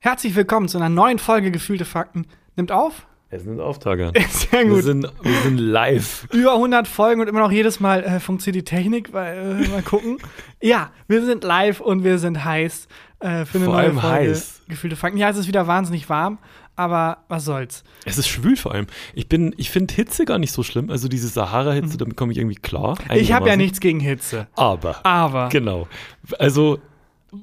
Herzlich willkommen zu einer neuen Folge Gefühlte Fakten. Nimmt auf? Es sind Auftager. Sehr Wir gut. sind, wir sind live. Über 100 Folgen und immer noch jedes Mal äh, funktioniert die Technik, weil, äh, mal gucken. ja, wir sind live und wir sind heiß äh, für eine Vor neue allem Folge heiß. Gefühlte Fakten. Ja, es ist wieder wahnsinnig warm, aber was soll's. Es ist schwül vor allem. Ich, bin- ich finde Hitze gar nicht so schlimm. Also diese Sahara-Hitze, damit komme ich irgendwie klar. Mhm. Ich habe ja Ah. einigermaßen. nichts gegen Hitze, Aber. aber Genau. Also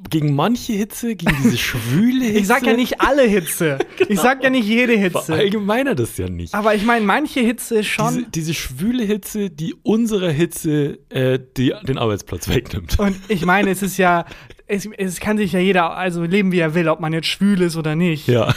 gegen manche Hitze, gegen diese schwüle Hitze. ich sag ja nicht alle Hitze. Genau. Ich sag ja nicht jede Hitze. Allgemeiner das ja nicht. Aber ich meine, manche Hitze ist schon Diese, diese schwüle Hitze, die unserer Hitze äh, die, den Arbeitsplatz wegnimmt. Und ich meine, es ist ja, es, es kann sich ja jeder, also leben wie er will, ob man jetzt schwül ist oder nicht. Ja.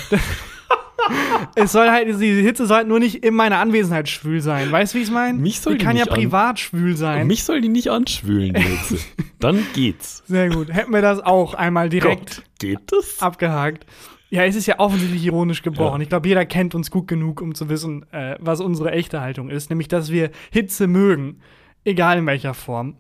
Es soll halt, diese Hitze soll halt nur nicht in meiner Anwesenheit schwül sein. Weißt du, wie ich es meine? Mich soll die kann ja nicht an- privat schwül sein. Mich soll die nicht anschwülen, die Hitze. Dann geht's. Sehr gut. Hätten wir das auch einmal direkt Gott, geht das? abgehakt. Ja, es ist ja offensichtlich ironisch gebrochen. Ja. Ich glaube, jeder kennt uns gut genug, um zu wissen, äh, was unsere echte Haltung ist, nämlich dass wir Hitze mögen, egal in welcher Form.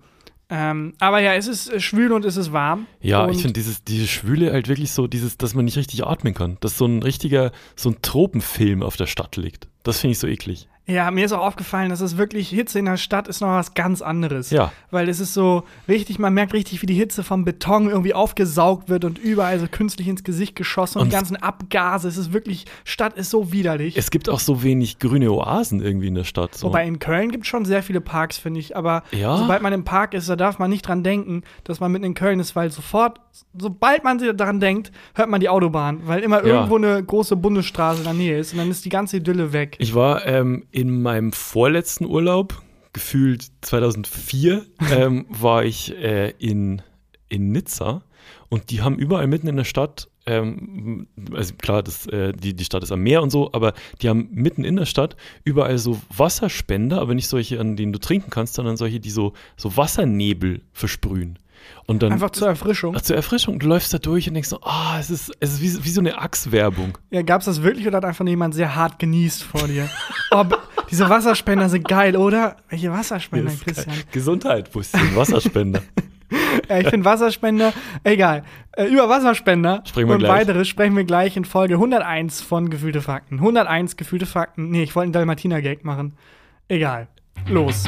Ähm, aber ja, es ist äh, schwül und es ist warm. Ja, und ich finde dieses, diese Schwüle halt wirklich so, dieses, dass man nicht richtig atmen kann. Dass so ein richtiger, so ein Tropenfilm auf der Stadt liegt. Das finde ich so eklig. Ja, mir ist auch aufgefallen, dass es wirklich Hitze in der Stadt ist noch was ganz anderes. Ja. Weil es ist so richtig, man merkt richtig, wie die Hitze vom Beton irgendwie aufgesaugt wird und überall so künstlich ins Gesicht geschossen und, Und die ganzen Abgase. Es ist wirklich, Stadt ist so widerlich. Es gibt auch so wenig grüne Oasen irgendwie in der Stadt. So. Wobei in Köln gibt es schon sehr viele Parks, finde ich. Aber Ja? sobald man im Park ist, da darf man nicht dran denken, dass man mitten in Köln ist, weil sofort, sobald man daran denkt, hört man die Autobahn, weil immer Ja. irgendwo eine große Bundesstraße in der Nähe ist und dann ist die ganze Idylle weg. Ich war ähm, in meinem vorletzten Urlaub, gefühlt 2004, ähm, war ich äh, in, in Nizza und die haben überall mitten in der Stadt, ähm, also klar, das, äh, die, die Stadt ist am Meer und so, aber die haben mitten in der Stadt überall so Wasserspender, aber nicht solche, an denen du trinken kannst, sondern solche, die so, so Wassernebel versprühen. Und dann Einfach zur Erfrischung. Ach, zur Erfrischung, du läufst da durch und denkst so, ah, es ist, es ist wie, wie so eine Achswerbung. Ja, gab's das wirklich oder hat einfach nur jemand sehr hart genießt vor dir? Oh, b- diese Wasserspender sind geil, oder? Welche Wasserspender, Das ist geil. Oh Christian? Gesundheit, wo ist denn Wasserspender? Äh, ich finde Wasserspender, egal. Äh, über Wasserspender Sprechen wir und gleich. weitere sprechen wir gleich in Folge 101 von Gefühlte Fakten. 101 Gefühlte Fakten. Nee, ich wollte einen Dalmatiner-Gag machen. Egal. Los.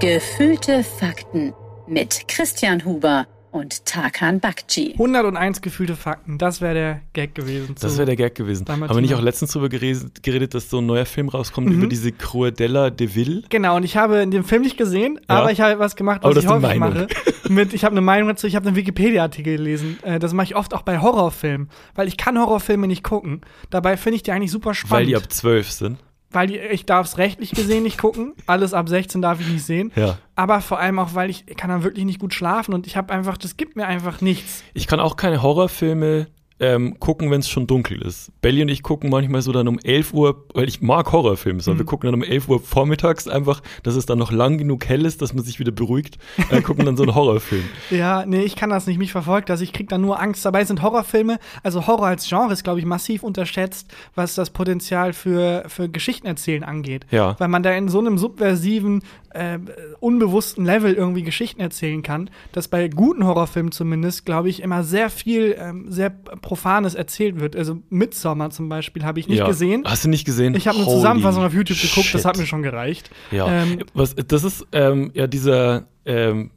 Gefühlte Fakten mit Christian Huber und Tarkan Bakci. 101 Gefühlte Fakten. Das wäre der Gag gewesen. Das zu- wäre der Gag gewesen. Dalmatiner. Haben wir nicht auch letztens drüber geredet, geredet, dass so ein neuer Film rauskommt Mhm. über diese Cruella de Vil? Genau, und ich habe den Film nicht gesehen, aber ich habe was gemacht, Aber was das ich ist eine häufig mache. Meinung. Mit, ich habe eine Meinung dazu, ich habe einen Wikipedia-Artikel gelesen. Äh, Das mache ich oft auch bei Horrorfilmen, weil ich kann Horrorfilme nicht gucken. Dabei finde ich die eigentlich super spannend. Weil die ab 12 sind. weil die- ich darf es rechtlich gesehen nicht gucken. Alles ab 16 darf ich nicht sehen. Ja. Aber vor allem auch, weil ich kann dann wirklich nicht gut schlafen und ich habe einfach, das gibt mir einfach nichts. Ich kann auch keine Horrorfilme ähm, gucken, wenn es schon dunkel ist. Belly und ich gucken manchmal so dann um 11 Uhr, weil ich mag Horrorfilme, sondern Mhm. wir gucken dann um 11 Uhr vormittags einfach, dass es dann noch lang genug hell ist, dass man sich wieder beruhigt, äh, gucken dann so einen Horrorfilm. Ja, nee, ich kann das nicht. Mich verfolgt das. Ich krieg da nur Angst. Dabei sind Horrorfilme, also Horror als Genre ist, glaube ich, massiv unterschätzt, was das Potenzial für, für Geschichtenerzählen angeht. Ja. Weil man da in so einem subversiven, äh, unbewussten Level irgendwie Geschichten erzählen kann, dass bei guten Horrorfilmen zumindest, glaube ich, immer sehr viel, ähm, sehr Profanes erzählt wird. Also Midsommar zum Beispiel habe ich nicht Ja. gesehen. Hast du nicht gesehen? Ich habe eine Holy Zusammenfassung auf YouTube geguckt, das shit. hat mir schon gereicht. Ja, Ähm, was, das ist ähm, ja dieser, ähm,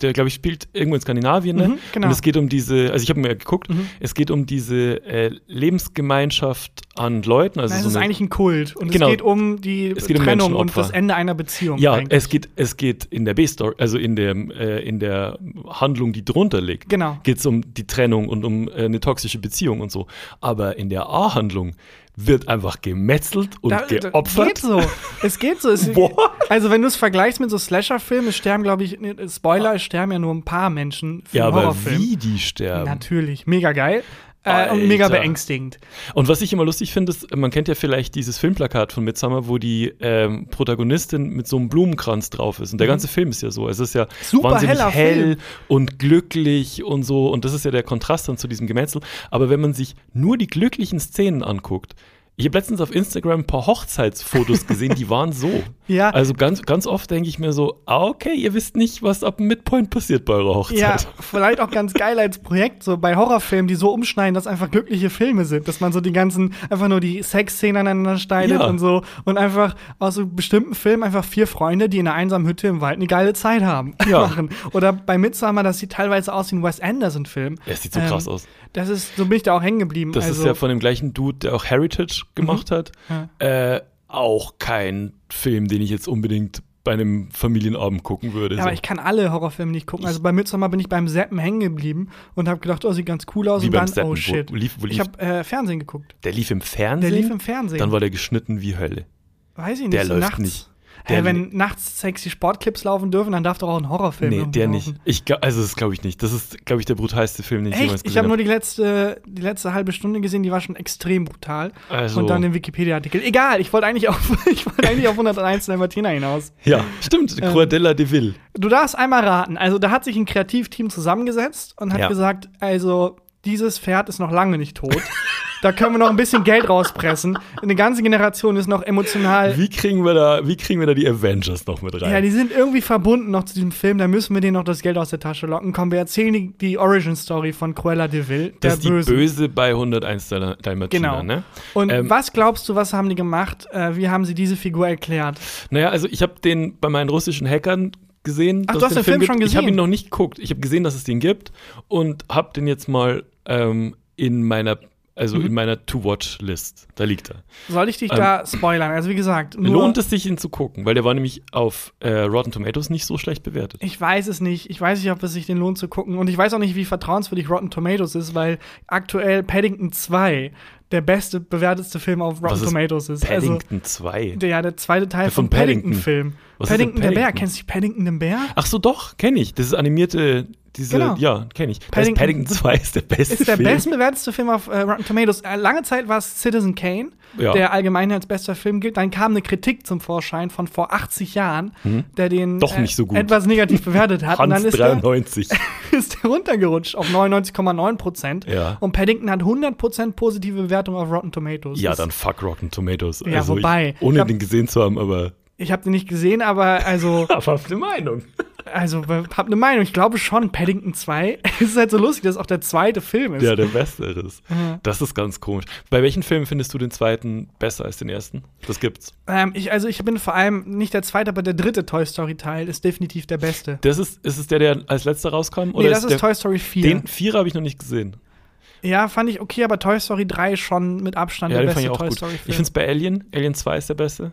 der glaube ich spielt irgendwo in Skandinavien, ne? Mhm, genau. Mhm. Und es geht um diese, also ich habe mir geguckt, es geht um diese äh, Lebensgemeinschaft an Leuten, also Nein, so es ist eine, eigentlich ein Kult und Genau. es geht um die Es geht um Trennung und Menschenopfer. das Ende einer Beziehung. ja, eigentlich. es geht, es geht in der B-Story, also in der, äh, in der Handlung, die drunter liegt, Genau. geht es um die Trennung und um äh, eine toxische Beziehung und so. Aber in der A-Handlung wird einfach gemetzelt und Da- da- um geopfert. Geht so. Es geht so. Es, What? also, wenn du es vergleichst mit so Slasher-Filmen, es sterben, glaube ich, nee, Spoiler, es sterben ja nur ein paar Menschen für ja, einen aber Horrorfilm. wie die sterben. Natürlich. Mega geil. Äh, und Alter. mega beängstigend. Und was ich immer lustig finde, ist, man kennt ja vielleicht dieses Filmplakat von Midsommar, wo die ähm, Protagonistin mit so einem Blumenkranz drauf ist. Und der ganze Film ist ja so. Es ist ja Mhm. Super wahnsinnig heller hell Film. und glücklich und so. Und das ist ja der Kontrast dann zu diesem Gemetzel. Aber wenn man sich nur die glücklichen Szenen anguckt, Ich habe letztens auf Instagram ein paar Hochzeitsfotos gesehen, die waren so. Ja. Also ganz, ganz oft denke ich mir so, ah, okay, ihr wisst nicht, was ab dem Midpoint passiert bei eurer Ja, Hochzeit. vielleicht auch ganz geil als Projekt, so bei Horrorfilmen, die so umschneiden, dass einfach glückliche Filme sind, dass man so die ganzen, einfach nur die Sexszenen aneinander schneidet Ja. und so und einfach aus so bestimmten Filmen einfach vier Freunde, die in einer einsamen Hütte im Wald eine geile Zeit haben, Ja. machen. Oder bei Midsummer, das sieht teilweise aus wie ein Wes Anderson-Film. Es sieht so krass aus. Das ist, so bin ich da auch hängen geblieben. Das also, Mhm. ist ja von dem gleichen Dude, der auch Heritage gemacht hat. Äh, auch kein Film, den ich jetzt unbedingt bei einem Familienabend gucken würde. ja, so. aber ich kann alle Horrorfilme nicht gucken. Also bei Midsommar bin ich beim Seppen hängen geblieben und habe gedacht, oh, sieht ganz cool aus Wie und beim dann, Zappen, oh wo- shit. wo lief- wo ich lief- habe äh, Fernsehen geguckt. der lief im Fernsehen. Der lief im Fernsehen. Dann war der geschnitten wie Hölle. Weiß ich nicht. Der so läuft nachts. nicht. Hä, Der- wenn nachts sexy Sportclips laufen dürfen, dann darf doch auch ein Horrorfilm Nee, irgendwie der laufen. nicht. Ich, glaub- also, das glaube ich nicht. Das ist, glaube ich, der brutalste Film, den ich Echt? jemals Ich gesehen habe nur habe. die letzte, die letzte halbe Stunde gesehen, die war schon extrem brutal. Also- Und dann den Wikipedia-Artikel. Egal, ich wollte eigentlich auf, ich wollte eigentlich auf 101 Dalmatiner hinaus. Ja, stimmt. Ähm. Cruella de Vil. Du darfst einmal raten. Also da hat sich ein Kreativteam zusammengesetzt und hat Ja. gesagt, also dieses Pferd ist noch lange nicht tot. da können wir noch ein bisschen Geld rauspressen. Eine ganze Generation ist noch emotional Wie kriegen wir da, wie kriegen wir da die Avengers noch mit rein? Äh. Ja, die sind irgendwie verbunden noch zu diesem Film. Da müssen wir denen noch das Geld aus der Tasche locken. Komm, wir erzählen die, die Origin-Story von Cruella de Vil, der das ist die Bösen. Böse, bei 101 Dal- Dalmatiner, Genau. ne? Und Ähm, was glaubst du, was haben die gemacht? Äh, wie haben sie diese Figur erklärt? Naja, also ich habe den bei meinen russischen Hackern gesehen. Ach, dass du hast den Film gibt. schon Ich habe gesehen? ihn noch nicht geguckt. Ich habe gesehen, dass es den gibt und habe den jetzt mal ähm, in meiner, also Mhm. in meiner To-Watch-List. Da liegt er. Soll ich dich da spoilern? Also wie gesagt, nur Ähm, Lohnt es sich, ihn zu gucken, weil der war nämlich auf äh, Rotten Tomatoes nicht so schlecht bewertet. ich weiß es nicht. Ich weiß nicht, ob es sich den lohnt zu gucken. Und ich weiß auch nicht, wie vertrauenswürdig Rotten Tomatoes ist, weil aktuell Paddington 2 der beste, bewertetste Film auf Rotten Was ist Tomatoes ist. Also, Paddington 2. der, ja, der zweite Teil Der vom von Paddington. Paddington-Film. Was ist denn Paddington, der Bär. Paddington? Kennst du dich Paddington, den Bär? Ach so, doch, kenne ich. Das ist animierte, diese, Genau. ja, kenne ich. Paddington- Paddington, Paddington 2 ist der beste ist der Film. bestbewertete Film auf äh, Rotten Tomatoes. Äh, lange Zeit war es Citizen Kane, Ja. der allgemein als bester Film gilt. Dann kam eine Kritik zum Vorschein von vor 80 Jahren, der den Mhm. äh, Doch nicht so gut. etwas negativ bewertet hat. Und Hans dann ist der, 93. ist der runtergerutscht auf 99,9 Prozent. Ja. Und Paddington hat 100 Prozent positive Bewertung auf Rotten Tomatoes. ja, Das- dann fuck Rotten Tomatoes. Ja, also wobei, Ich, ohne ich hab- den gesehen zu haben, aber. Ich habe den nicht gesehen, aber also, Aber auf eine Meinung. also habe eine Meinung. Ich glaube schon, Paddington 2 ist halt so lustig, dass es auch der zweite Film ist. Ja, der beste ist. Das ist ganz komisch. Bei welchen Filmen findest du den zweiten besser als den ersten? Das gibt's. Ähm, ich, also ich bin vor allem nicht der zweite, aber der dritte Toy Story Teil ist definitiv der beste. Das ist, ist es der, der als letzter rauskam? Oder nee, das ist, der, Toy Story 4. Den Vierer habe ich noch nicht gesehen. ja, fand ich okay, aber Toy Story 3 ist schon mit Abstand Ja, der den beste fand ich auch Toy gut. Story Ich Film. finde es bei Alien. Alien 2 ist der beste.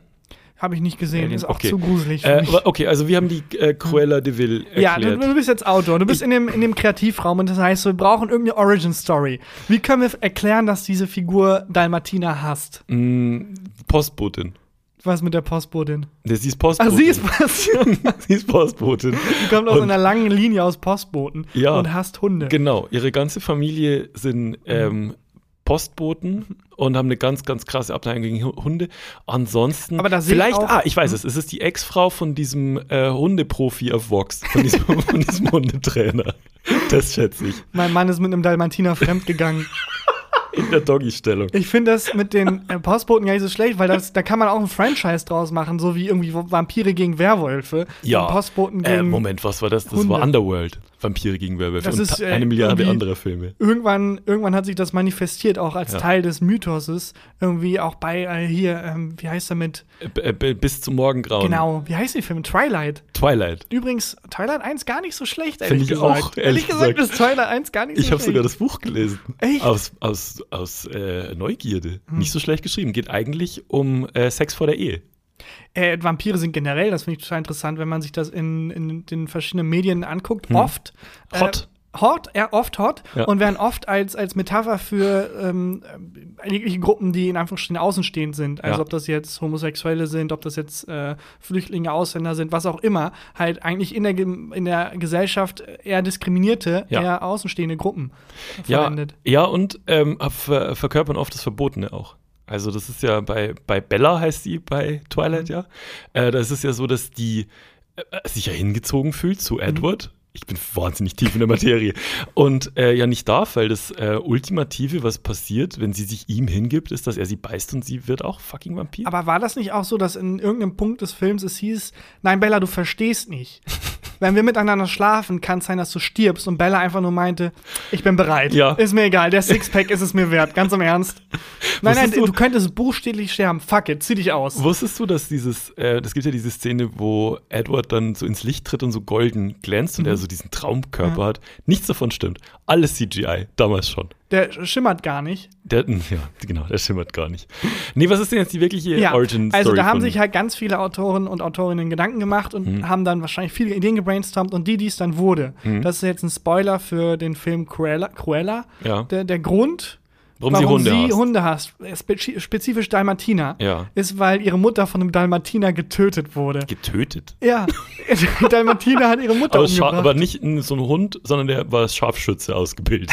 Habe ich nicht gesehen, Alien, ist auch okay. zu gruselig für Äh, mich. wa- okay, also wir haben die äh, Cruella de Vil Ja, du, erklärt. du bist jetzt Autor, du bist in dem, in dem Kreativraum und das heißt, so, wir brauchen irgendeine Origin Story. Wie können wir erklären, dass diese Figur Dalmatina hasst? Mhm. Postbotin. Was mit der Postbotin? Das ist Ach, Postbotin. Ah, sie ist was. sie ist Postbotin. Die kommt aus Und- einer langen Linie aus Postboten Ja. und hasst Hunde. Genau, ihre ganze Familie Mhm. sind ähm, Postboten und haben eine ganz, ganz krasse Abneigung gegen Hu- Hunde. Ansonsten, Aber da sehe ich vielleicht, auch- Hm? ah, ich weiß es, es ist die Ex-Frau von diesem äh, Hundeprofi auf Vox, von diesem, von diesem Hundetrainer. Das schätze ich. Mein Mann ist mit einem Dalmatiner fremdgegangen. In der Doggy-Stellung. Ich finde das mit den äh, Postboten gar nicht so schlecht, weil das, da kann man auch ein Franchise draus machen, so wie irgendwie Vampire gegen Werwölfe. Ja. Und Postboten äh, gegen. Moment, was war das? Das Hunde. war Underworld. Vampire gegen Werwölfe. Das und ist, ta- äh, eine Milliarde irgendwie- anderer Filme. Irgendwann, irgendwann hat sich das manifestiert, auch als Ja. Teil des Mythoses. Irgendwie auch bei äh, hier, ähm, wie heißt er mit? B äh, b- bis zum Morgengrauen. Genau, wie heißt der Film? Twilight. Twilight. Übrigens, Twilight 1 gar nicht so schlecht, ehrlich ich gesagt. auch, ehrlich ehrlich gesagt, gesagt. ist Twilight 1 gar nicht so Ich habe schlecht. sogar das Buch gelesen. Echt? Hm. Aus, aus, aus äh, Neugierde. Nicht so schlecht geschrieben. Geht eigentlich um äh, Sex vor der Ehe. Äh, Vampire sind generell, das finde ich total interessant, wenn man sich das in, in den verschiedenen Medien anguckt, oft. äh, Hm. Hot. Hot, ja, oft hot Ja. und werden oft als, als Metapher für ähm, äh, jegliche Gruppen, die in Anführungsstrichen außenstehend sind. Also Ja. ob das jetzt Homosexuelle sind, ob das jetzt äh, Flüchtlinge, Ausländer sind, was auch immer, halt eigentlich in der, Gem- in der Gesellschaft eher diskriminierte, Ja. eher außenstehende Gruppen Ja, verwendet. ja, und ähm, ver verkörpern oft das Verbotene auch. Also das ist ja bei, bei Bella heißt sie bei Mhm. Mhm. Twilight, ja. Äh, das ist ja so, dass die äh, sich ja hingezogen fühlt zu Edward. ich bin wahnsinnig tief in der Materie. Und äh, ja, nicht darf, weil das äh, Ultimative, was passiert, wenn sie sich ihm hingibt, ist, dass er sie beißt und sie wird auch fucking Vampir. Aber war das nicht auch so, dass in irgendeinem Punkt des Films es hieß, nein, Bella, du verstehst nicht. Wenn wir miteinander schlafen, kann es sein, dass du stirbst. Und Bella einfach nur meinte, ich bin bereit. Ja. Ist mir egal, der Sixpack ist es mir wert, ganz im Ernst. Nein, nein, Wusstest du, du- könntest buchstäblich sterben. Fuck it, zieh dich aus. Wusstest du, dass dieses, äh, das gibt ja diese Szene, wo Edward dann so ins Licht tritt und so golden glänzt Mhm. und er so diesen Traumkörper hat? Nichts davon stimmt. Alles CGI, damals schon. Der schimmert gar nicht. Der, ja, genau, der schimmert gar nicht. Nee, was ist denn jetzt die wirkliche Origin-Story? also da haben äh, von- Mhm. sich halt ganz viele Autoren und Autorinnen Gedanken gemacht und haben dann wahrscheinlich viele Ideen gebrainstormt und die, die es dann wurde. Das ist jetzt ein Spoiler für den Film Cruella. Cruella. Ja. Der, der Grund, Warum sie Hunde hasst. Hunde hasst, äh, spezi- spezifisch Dalmatiner, Ja. ist, weil ihre Mutter von einem Dalmatiner getötet wurde. getötet. ja, Dalmatiner hat ihre Mutter Aber, scha- umgebracht. aber nicht n- so ein Hund, sondern der war als Scharfschütze ausgebildet.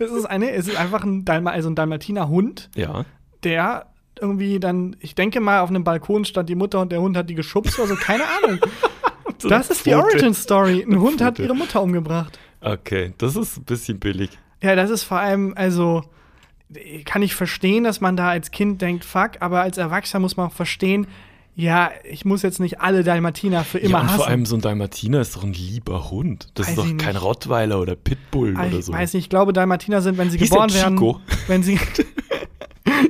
es, ist eine, es ist einfach ein, Dalma, also ein Dalmatiner-Hund, ja. der irgendwie dann, ich denke mal, auf einem Balkon stand die Mutter und der Hund hat die geschubst, also keine Ahnung. Das ist die Pfote. Origin Story. Ein Hund hat Pfote. ihre Mutter umgebracht. Okay, das ist ein bisschen billig. Ja, das ist vor allem, also kann ich verstehen, dass man da als Kind denkt, fuck, aber als Erwachsener muss man auch verstehen, ja, ich muss jetzt nicht alle Dalmatiner für immer ja, und hassen. vor allem so ein Dalmatiner ist doch ein lieber Hund. Das Weiß ist doch ich kein nicht. Rottweiler oder Pitbull Ah, oder ich so. weiß nicht, ich glaube, Dalmatiner sind, wenn sie Hieß der geboren werden, Chico? wenn sie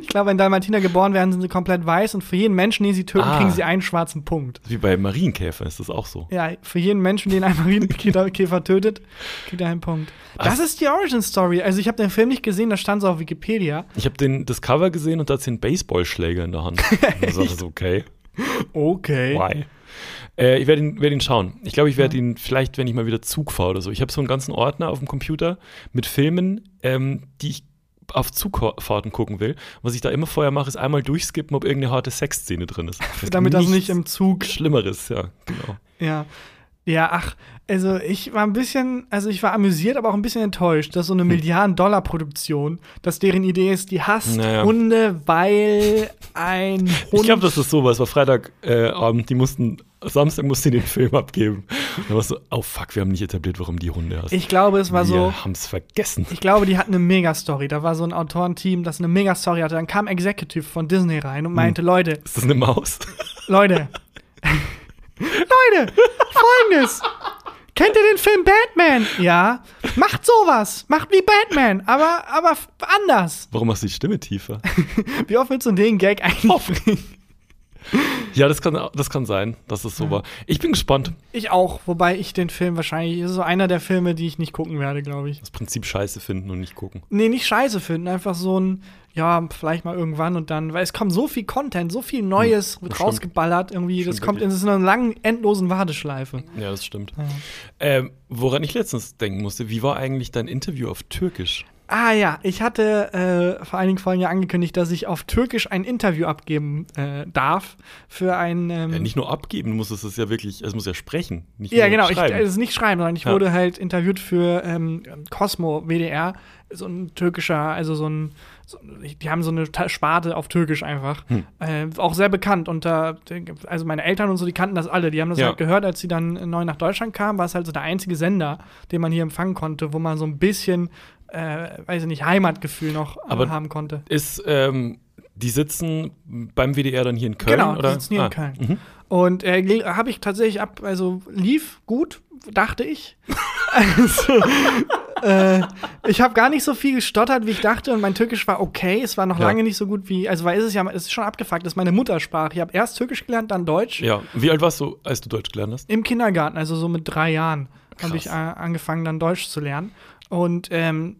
Ich glaube, wenn Dalmatiner geboren werden, sind sie komplett weiß und für jeden Menschen, den sie töten, Ah. kriegen sie einen schwarzen Punkt. Wie bei Marienkäfern ist das auch so. Ja, für jeden Menschen, den ein Marienkäfer tötet, kriegt er einen Punkt. Das ist die Origin Story. Also ich habe den Film nicht gesehen, da stand es auf Wikipedia. Ich habe das Cover gesehen und da hat sie einen Baseballschläger in der Hand. Und da dachte ich so, okay, Okay. why? Äh, ich werde ihn, werd ihn schauen. Ich glaube, ich werde ihn vielleicht, wenn ich mal wieder Zug fahre oder so. Ich habe so einen ganzen Ordner auf dem Computer mit Filmen, ähm, die ich auf Zugfahrten gucken will. Was ich da immer vorher mache, ist einmal durchskippen, ob irgendeine harte Sexszene drin ist. Damit das nicht Nichts im Zug. Schlimmeres, ja, genau. Ja. Ja, ach, also ich war ein bisschen, also ich war amüsiert, aber auch ein bisschen enttäuscht, dass so Hm. eine Milliarden-Dollar-Produktion, dass deren Idee ist, die hasst Naja. Hunde, weil ein Hund. Ich glaube, das ist sowas. War Freitagabend, äh, Abend, die mussten, Samstag mussten die den Film abgeben. Und da war so, oh fuck, wir haben nicht etabliert, warum die Hunde hast. Ich glaube, es war wir so. haben es vergessen. Ich glaube, die hatten eine Mega-Story. Da war so ein Autorenteam, das eine Mega-Story hatte. Dann kam Executive von Disney rein Hm. und meinte, Leute, Ist das eine Maus? Leute. Leute, Freundes. Kennt ihr den Film Batman? Ja. Macht sowas. Macht wie Batman, aber, aber f- anders. Warum hast du die Stimme tiefer? Wie oft willst du den Gag eigentlich bringen? Ja, das kann, das kann sein, dass es so war. Ich bin gespannt. Ich auch, wobei ich den Film wahrscheinlich, das ist so einer der Filme, die ich nicht gucken werde, glaube ich. Das Prinzip scheiße finden und nicht gucken. Nee, nicht scheiße finden, einfach so ein, ja, vielleicht mal irgendwann und dann, weil es kommt so viel Content, so viel Neues wird stimmt. rausgeballert irgendwie, Hm, das Stimmt kommt in wirklich. so einer langen, endlosen Warteschleife. Ja, das stimmt. Ähm, woran ich letztens denken musste, wie war eigentlich dein Interview auf Türkisch? Ah ja, ich hatte äh, vor einigen Folgen ja angekündigt, dass ich auf Türkisch ein Interview abgeben äh, darf für ein. Ähm, Ja, nicht nur abgeben, du musstest es ja wirklich, es muss ja sprechen. Nicht ja, nur genau. Ich, schreiben. es ist nicht schreiben, sondern ich Ja. wurde halt interviewt für ähm, Cosmo WDR, so ein türkischer, also so ein, so, die haben so eine Ta- Sparte auf Türkisch einfach, Hm. äh, auch sehr bekannt. Unter, also meine Eltern und so, die kannten das alle. Die haben das Ja. halt gehört, als sie dann neu nach Deutschland kamen, war es halt so der einzige Sender, den man hier empfangen konnte, wo man so ein bisschen, äh, weiß ich nicht, Heimatgefühl noch äh, Aber haben konnte. ist, ähm, die sitzen beim WDR dann hier in Köln? Genau, die oder? sitzen hier in Köln. mhm. Und äh, habe ich tatsächlich ab, also lief gut, dachte ich. also, äh, ich habe gar nicht so viel gestottert, wie ich dachte, und mein Türkisch war okay. Es war noch Ja. lange nicht so gut wie, also weil es ist ja, es ist schon abgefuckt, das ist meine Muttersprache. Ich habe erst Türkisch gelernt, dann Deutsch. Ja, wie alt warst du, als du Deutsch gelernt hast? Im Kindergarten, also so mit drei Jahren, Krass. habe ich äh, angefangen, dann Deutsch zu lernen. Und ähm,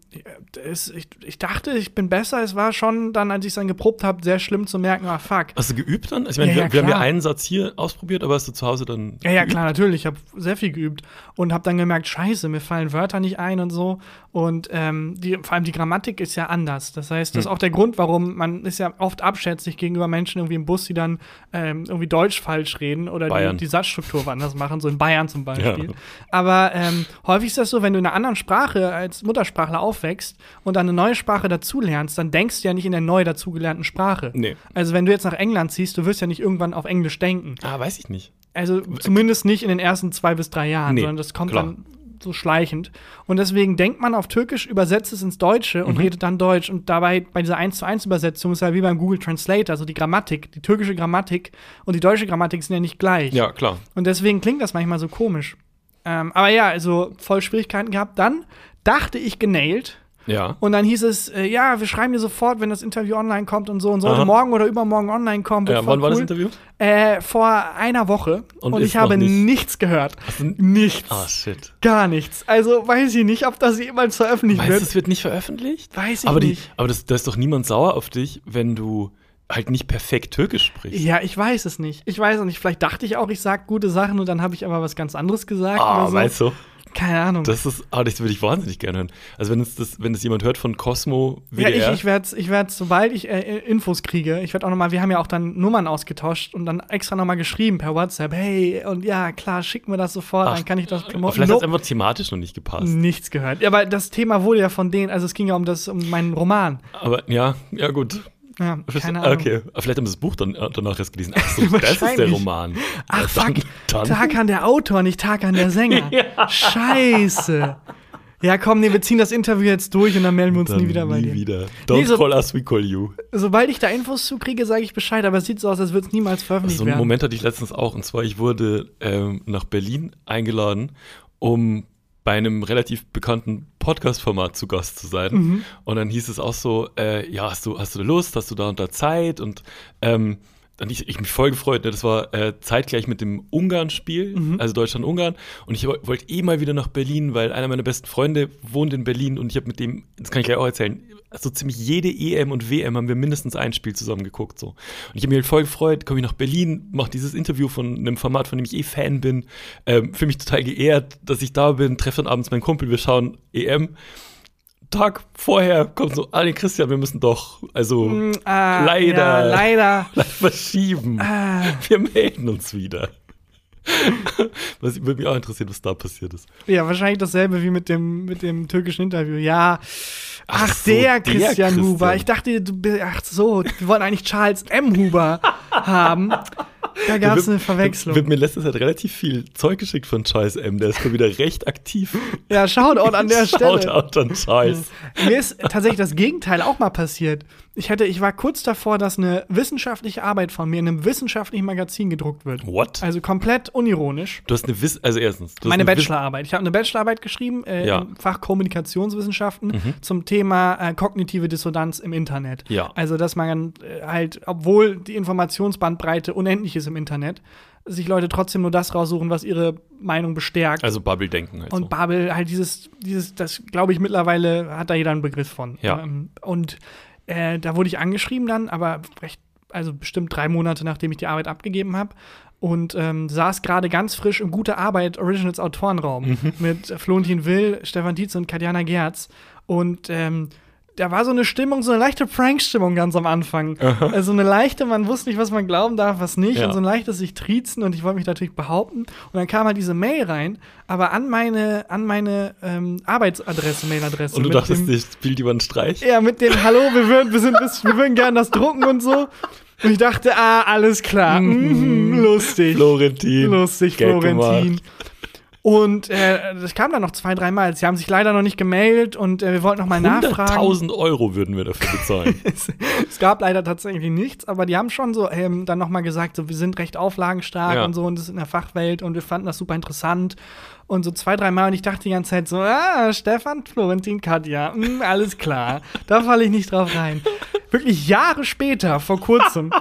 es, ich, ich dachte, ich bin besser. Es war schon dann, als ich es dann geprobt habe, sehr schlimm zu merken, ah fuck. Hast du geübt dann? Also, ich meine, Ja, ja, wir, wir haben ja klar. einen Satz hier ausprobiert, aber hast du zu Hause dann. Ja, ja, klar, natürlich. Ich habe sehr viel geübt und habe dann gemerkt, scheiße, mir fallen Wörter nicht ein und so. Und ähm, die, vor allem die Grammatik ist ja anders. Das heißt, Hm. das ist auch der Grund, warum man ist ja oft abschätzig gegenüber Menschen irgendwie im Bus, die dann ähm, irgendwie Deutsch falsch reden oder die, Bayern. die Satzstruktur woanders machen, so in Bayern zum Beispiel. Ja. Aber ähm, häufig ist das so, wenn du in einer anderen Sprache als Muttersprachler aufwächst und dann eine neue Sprache dazulernst, dann denkst du ja nicht in der neu dazugelernten Sprache. Nee. Also wenn du jetzt nach England ziehst, du wirst ja nicht irgendwann auf Englisch denken. Ah, weiß ich nicht. Also zumindest nicht in den ersten zwei bis drei Jahren, Nee, sondern das kommt klar. dann so schleichend. Und deswegen denkt man auf Türkisch, übersetzt es ins Deutsche Mhm. und redet dann Deutsch. Und dabei bei dieser 1 zu 1 Übersetzung ist ja wie beim Google Translator, also die Grammatik, die türkische Grammatik und die deutsche Grammatik sind ja nicht gleich. Ja, klar. Und deswegen klingt das manchmal so komisch. Ähm, aber ja, also voll Schwierigkeiten gehabt. Dann dachte ich genailt. Ja. Und dann hieß es, äh, ja, wir schreiben dir sofort, wenn das Interview online kommt und so und sollte Aha. morgen oder übermorgen online kommen. wird Ja, voll wann war das cool. Interview? Äh, vor einer Woche. Und, Und ich ist noch habe nicht. nichts gehört. n- nichts. Ah, shit. Gar nichts. Also weiß ich nicht, ob das jemals veröffentlicht Weißt wird. du, es wird nicht veröffentlicht? Weiß ich aber die, nicht. Aber das, da ist doch niemand sauer auf dich, wenn du halt nicht perfekt Türkisch sprichst. Ja, ich weiß es nicht. Ich weiß es nicht. Vielleicht dachte ich auch, ich sag gute Sachen und dann habe ich aber was ganz anderes gesagt. Ah, oder so. weißt du, Keine Ahnung. das ist, ah, das würde ich wahnsinnig gerne hören. Also wenn es das, wenn es jemand hört von Cosmo ja, WDR, ich, ich werde ich werd, sobald ich äh, Infos kriege, ich werde auch nochmal, wir haben ja auch dann Nummern ausgetauscht und dann extra nochmal geschrieben per WhatsApp, hey, und ja, klar, schick mir das sofort, Ach, dann kann ich das aber promoten. Ah, vielleicht hat es Nope, einfach thematisch noch nicht gepasst. nichts gehört. Ja, aber das Thema wurde ja von denen, also es ging ja um das, um meinen Roman. Aber ja, ja gut. Ja, Verste- keine Ahnung. Okay, Aber vielleicht haben wir das Buch dann äh, danach erst gelesen. Ach so, das ist der Wahrscheinlich. Roman. Ach, ja, fuck. Dann, dann. Tarkan der Autor, nicht Tarkan der Sänger. Scheiße. Ja, komm, nee, wir ziehen das Interview jetzt durch und dann melden wir uns Dann nie wieder bei nie dir. wieder. Don't Nee, so- call us, we call you. Sobald ich da Infos zu kriege, sage ich Bescheid, aber es sieht so aus, als würde es niemals veröffentlicht So einen werden. Moment hatte ich letztens auch. Und zwar, ich wurde ähm, nach Berlin eingeladen, um bei einem relativ bekannten Podcast-Format zu Gast zu sein. Und dann hieß es auch so, äh, ja, hast du, hast du Lust, hast du da und da Zeit? Und ähm, dann ich, ich mich voll gefreut, ne? das war äh, zeitgleich mit dem Ungarn-Spiel, also Deutschland-Ungarn. Und ich wo- wollte eh mal wieder nach Berlin, weil einer meiner besten Freunde wohnt in Berlin und ich habe mit dem, das kann ich gleich auch erzählen, so ziemlich jede EM und WM haben wir mindestens ein Spiel zusammen geguckt. So. Und ich habe mich halt voll gefreut, komme ich nach Berlin, mache dieses Interview von einem Format, von dem ich eh Fan bin, ähm, fühle mich total geehrt, dass ich da bin, treffe dann abends meinen Kumpel, wir schauen EM. Tag vorher kommt so, ah, nee, Christian, wir müssen doch, also Ah, leider. Ja, leider. verschieben. Ah. Wir melden uns wieder. was würde mich auch interessieren, was da passiert ist. Ja, wahrscheinlich dasselbe wie mit dem, mit dem türkischen Interview. Ja. Ach, Ach so, der, der Christian Christian. Huber. Ich dachte, du bist, ach so, wir wollen eigentlich Charles M. Huber haben. Da gab es eine Verwechslung. Wird mir letztes Zeit relativ viel Zeug geschickt von Charles M. Der ist mal wieder recht aktiv. ja, Shoutout an der Stelle. Shoutout an Charles. Mir ist tatsächlich das Gegenteil auch mal passiert. Ich hätte, ich war kurz davor, dass eine wissenschaftliche Arbeit von mir in einem wissenschaftlichen Magazin gedruckt wird. What? Also komplett unironisch. Du hast eine Wiss, also erstens. Du hast Meine eine Wiss- Bachelorarbeit. Ich habe eine Bachelorarbeit geschrieben äh, Ja. Mhm. im Fach Kommunikationswissenschaften zum Thema äh, kognitive Dissonanz im Internet. Ja. Also, dass man äh, halt, obwohl die Informationsbandbreite unendlich ist im Internet, sich Leute trotzdem nur das raussuchen, was ihre Meinung bestärkt. Also Bubble-Denken halt Und so. Babel, halt dieses, dieses, das glaube ich mittlerweile hat da jeder einen Begriff von. Ja. Ähm, Und äh, da wurde ich angeschrieben dann, aber recht, also bestimmt drei Monate, nachdem ich die Arbeit abgegeben habe. Und ähm, saß gerade ganz frisch im Gute Arbeit Originals Autorenraum Mhm. mit Florentin Will, Stefan Dietz und Katjana Gerz. Und ähm, da war so eine Stimmung, so eine leichte Prank-Stimmung ganz am Anfang. Also eine leichte, man wusste nicht, was man glauben darf, was nicht. Ja. Und so ein leichtes sich triezen und ich wollte mich natürlich behaupten. Und dann kam halt diese Mail rein, aber an meine, an meine ähm, Arbeitsadresse, Mailadresse. Und du mit dachtest, dem, dir spielt über einen Streich? Ja, mit dem Hallo, wir würden, wir sind, wir würden gerne das drucken und so. Und ich dachte, ah, alles klar. Mhm, lustig. Florentin. Lustig, Gag Florentin. gemacht. Und äh, das kam dann noch zwei, dreimal. Sie haben sich leider noch nicht gemeldet und äh, wir wollten noch mal nachfragen. 100.000 Euro würden wir dafür bezahlen. es, es gab leider tatsächlich nichts, aber die haben schon so ähm, dann nochmal gesagt, so, wir sind recht auflagenstark Ja. und so und das in der Fachwelt und wir fanden das super interessant. Und so zwei, dreimal und ich dachte die ganze Zeit so, ah, Stefan, Florentin, Katja, mm, alles klar. da falle ich nicht drauf rein. Wirklich Jahre später, vor kurzem,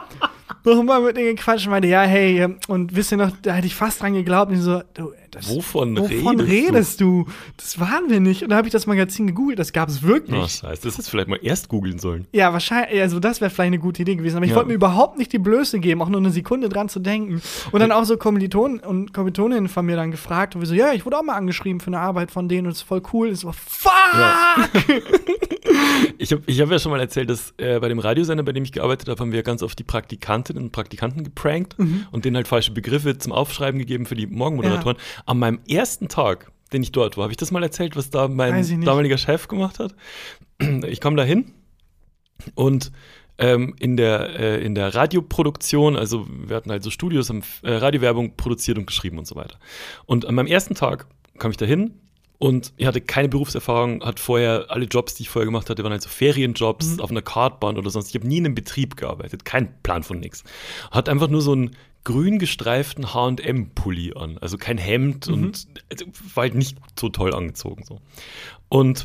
nochmal mit denen gequatscht und meinte, ja, hey, ähm, und wisst ihr noch, da hätte ich fast dran geglaubt. Und ich so, du, das, Wovon, wovon redest redest du? Das waren wir nicht. Und da habe ich das Magazin gegoogelt, das gab es du? wirklich. Oh, scheiße. Das hättest du vielleicht mal erst googeln sollen. Ja, wahrscheinlich, also das wäre vielleicht eine gute Idee gewesen, aber ich Ja. wollte mir überhaupt nicht die Blöße geben, auch nur eine Sekunde dran zu denken. Und dann auch so Kommilitonen und Kommilitoninnen von mir dann gefragt und wir so, ja, ich wurde auch mal angeschrieben für eine Arbeit von denen und es ist voll cool. Ich so, fuck! Ich habe ich hab ja schon mal erzählt, dass äh, bei dem Radiosender, bei dem ich gearbeitet habe, haben wir ganz oft die Praktikantinnen und Praktikanten geprankt und denen halt falsche Begriffe zum Aufschreiben gegeben für die Morgenmoderatoren. An meinem ersten Tag, den ich dort war, habe ich das mal erzählt, was da mein Weiß ich nicht. damaliger Chef gemacht hat. Ich komme da hin und ähm, in, der, äh, in der Radioproduktion, also wir hatten halt so Studios, haben äh, Radiowerbung produziert und geschrieben und so weiter. Und an meinem ersten Tag kam ich da hin Und ich hatte keine Berufserfahrung, hat vorher, alle Jobs, die ich vorher gemacht hatte, waren halt so Ferienjobs Mhm. auf einer Kartbahn oder sonst. Ich habe nie in einem Betrieb gearbeitet, kein Plan von nix. Hat einfach nur so einen grün gestreiften HM-Pulli an. Also kein Hemd Mhm. und also, war halt nicht so toll angezogen. So. Und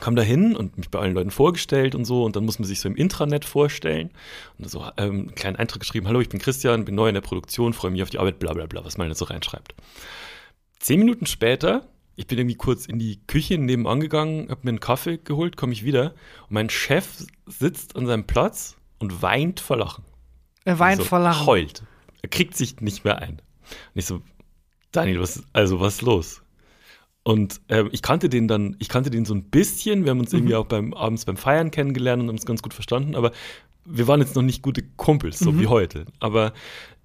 kam da hin und mich bei allen Leuten vorgestellt und so und dann muss man sich so im Intranet vorstellen und so ähm, einen kleinen Eintrag geschrieben, hallo, ich bin Christian, bin neu in der Produktion, freue mich auf die Arbeit, bla bla bla, was man da so reinschreibt. Zehn Minuten später, ich bin irgendwie kurz in die Küche nebenan gegangen, habe mir einen Kaffee geholt, komme ich wieder und mein Chef sitzt an seinem Platz und weint vor Lachen. Er weint Also, vor Lachen. Heult. Er kriegt sich nicht mehr ein. Und ich so, Daniel, was, also was ist los? Und ähm, ich kannte den dann, ich kannte den so ein bisschen. Wir haben uns irgendwie auch beim, abends beim Feiern kennengelernt und haben uns ganz gut verstanden. Aber wir waren jetzt noch nicht gute Kumpels, so wie heute. Aber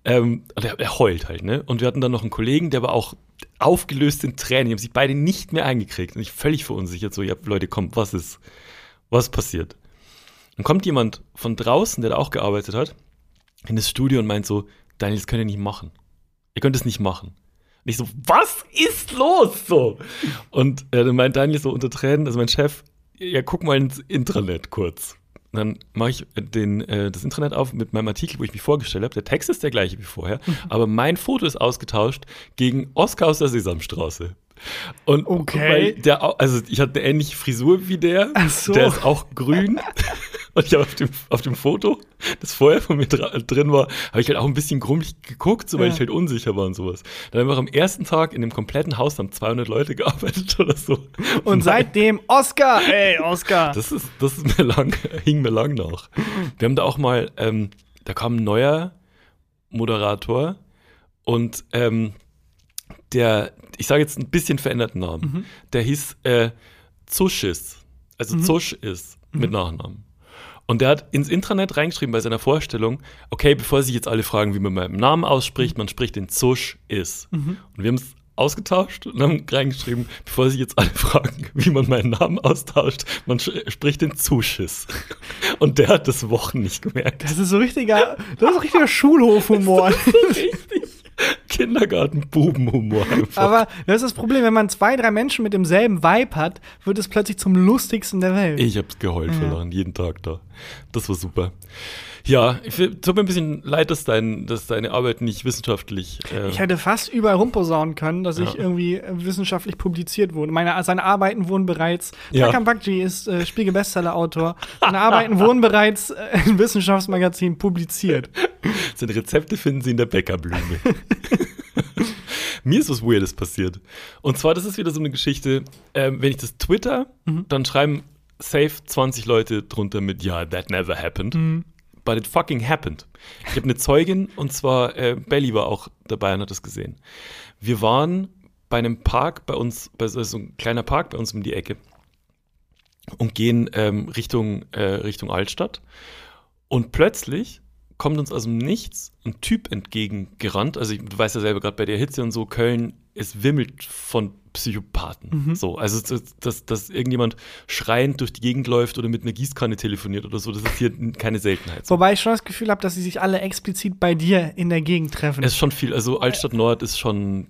ähm, und er, er heult halt, ne? Und wir hatten dann noch einen Kollegen, der war auch aufgelöst in Tränen. Die haben sich beide nicht mehr eingekriegt. Und ich völlig verunsichert, so, ja, Leute, kommt, was ist, was passiert? Dann kommt jemand von draußen, der da auch gearbeitet hat, in das Studio und meint so, Daniel, das könnt ihr nicht machen. Ihr könnt es nicht machen. Und ich so, was ist los? So. Und äh, dann meint Daniel so unter Tränen, also mein Chef, ja, guck mal ins Intranet kurz. Und dann mache ich den, äh, das Intranet auf mit meinem Artikel, wo ich mich vorgestellt habe. Der Text ist der gleiche wie vorher, Mhm. aber mein Foto ist ausgetauscht gegen Oscar aus der Sesamstraße. Und Okay. weil der, au- also ich hatte eine ähnliche Frisur wie der. Ach so. Der ist auch grün. Und ich habe auf dem, auf dem Foto, das vorher von mir dra- drin war, habe ich halt auch ein bisschen grummelig geguckt, so, weil Ja. ich halt unsicher war und sowas. Dann einfach am ersten Tag in dem kompletten Haus haben 200 Leute gearbeitet oder so. Und seitdem Oscar, ey, Oscar. Das ist, das ist mir lang, hing mir lang nach. Wir haben da auch mal, ähm, da kam ein neuer Moderator und ähm, der, ich sage jetzt einen bisschen veränderten Namen, Mhm. der hieß äh, Zuschis, also Zusch ist mit Mhm. Nachnamen. Und der hat ins Intranet reingeschrieben bei seiner Vorstellung, okay, bevor sich jetzt alle fragen, wie man meinen Namen ausspricht, man spricht den Zusch ist. Und wir haben es ausgetauscht und haben reingeschrieben, bevor sich jetzt alle fragen, wie man meinen Namen austauscht, man sch- spricht den Zuschiss. Und der hat das Wochen nicht gemerkt. Das ist so richtiger, das ist so richtiger Schulhofhumor. Richtig. Kindergarten-Bubenhumor einfach. Aber das ist das Problem, wenn man zwei, drei Menschen mit demselben Vibe hat, wird es plötzlich zum lustigsten der Welt. Ich hab's geheult vor Lachen, jeden Tag da. Das war super. Ja, ich fi- tut mir ein bisschen leid, dass, dein, dass deine Arbeit nicht wissenschaftlich. Äh, Ich hätte fast überall rumposaunen können, dass ich Ja. irgendwie äh, wissenschaftlich publiziert wurde. Meine, seine Arbeiten wurden bereits. Ja. Takan Bakji ist äh, Spiegel-Bestseller-Autor. Seine Arbeiten wurden bereits äh, in Wissenschaftsmagazinen publiziert. Seine Rezepte finden sie in der Bäckerblume. Mir ist was Weirdes passiert. Und zwar, das ist wieder so eine Geschichte, ähm, wenn ich das Twitter, dann schreiben safe 20 Leute drunter mit, ja, that never happened. But it fucking happened. Ich habe eine Zeugin und zwar, äh, Belly war auch dabei und hat das gesehen. Wir waren bei einem Park bei uns, bei so so ein kleiner Park bei uns um die Ecke und gehen ähm, Richtung, äh, Richtung Altstadt. Und plötzlich kommt uns aus dem Nichts ein Typ entgegengerannt. Also, ich, du weißt ja selber, gerade bei der Hitze und so, Köln, es wimmelt von Psychopathen. So, also, dass, dass, dass irgendjemand schreiend durch die Gegend läuft oder mit einer Gießkanne telefoniert oder so, das ist hier keine Seltenheit. So. Wobei ich schon das Gefühl habe, dass sie sich alle explizit bei dir in der Gegend treffen. Es ist schon viel, also Altstadt Nord ist schon,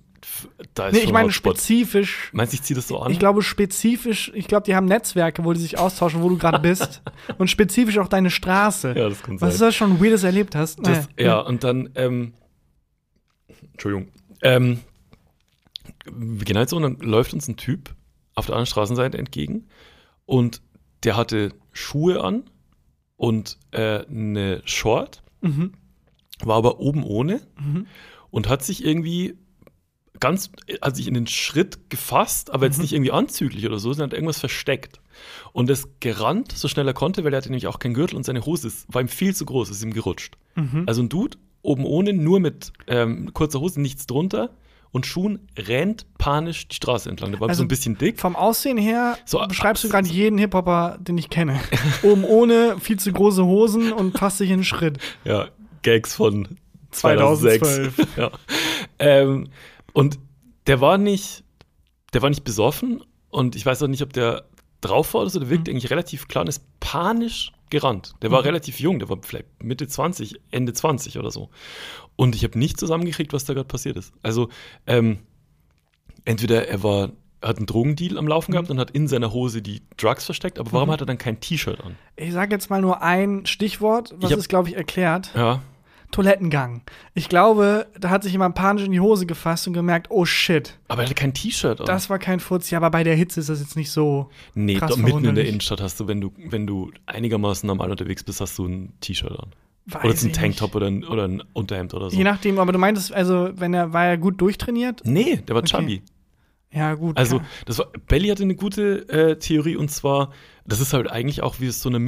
da Äh, ist nee, schon ich meine Hotspot. Mhm. spezifisch. Meinst du, ich ziehe das so an? Ich glaube spezifisch, ich glaube, die haben Netzwerke, wo die sich austauschen, wo du gerade bist. und spezifisch auch deine Straße. Ja, das kann sein. Was du da schon Weirdes erlebt hast? Das, Naja. Ja, und dann, ähm, Entschuldigung, ähm, genau so, und dann läuft uns ein Typ auf der anderen Straßenseite entgegen und der hatte Schuhe an und äh, eine Short, Mhm. war aber oben ohne und hat sich irgendwie ganz, hat sich in den Schritt gefasst, aber jetzt nicht irgendwie anzüglich oder so, sondern hat irgendwas versteckt. Und ist gerannt, so schnell er konnte, weil er hatte nämlich auch keinen Gürtel und seine Hose ist, war ihm viel zu groß, ist ihm gerutscht. Also ein Dude, oben ohne, nur mit ähm, kurzer Hose, nichts drunter und Schuhen, rennt panisch die Straße entlang. Der war Also so ein bisschen dick. Vom Aussehen her So, beschreibst du äh, gerade jeden Hip-Hopper, den ich kenne. Oben ohne, viel zu große Hosen und passt sich in den Schritt. Ja, Gags von 2006. ja. ähm, und der war nicht, der war nicht besoffen und ich weiß auch nicht, ob der drauf war oder so, der wirkt eigentlich relativ klar und ist panisch gerannt. Der war relativ jung, der war vielleicht Mitte 20, Ende 20 oder so. Und ich habe nicht zusammengekriegt, was da gerade passiert ist. Also, ähm, entweder er war hat einen Drogendeal am Laufen gehabt und hat in seiner Hose die Drugs versteckt, aber warum hat er dann kein T-Shirt an? Ich sage jetzt mal nur ein Stichwort, was Ich hab- es, glaube ich, erklärt. Ja. Toilettengang. Ich glaube, da hat sich jemand panisch in die Hose gefasst und gemerkt, oh shit, Aber er hatte kein T-Shirt an. das war kein Furz. Ja, aber bei der Hitze ist das jetzt nicht so. nee, krass da, mitten in der verwunderlich. Innenstadt hast du, wenn du, wenn du einigermaßen normal unterwegs bist, hast du ein T-Shirt an. Weiß oder jetzt ein ich Tanktop oder ein, oder ein Unterhemd oder nicht. so. Je nachdem, aber du meintest, also, wenn er war er gut durchtrainiert? nee, der war chubby. Ja, gut. Also, ja. das war, Belly hatte eine gute äh, Theorie und zwar, das ist halt eigentlich auch wie so eine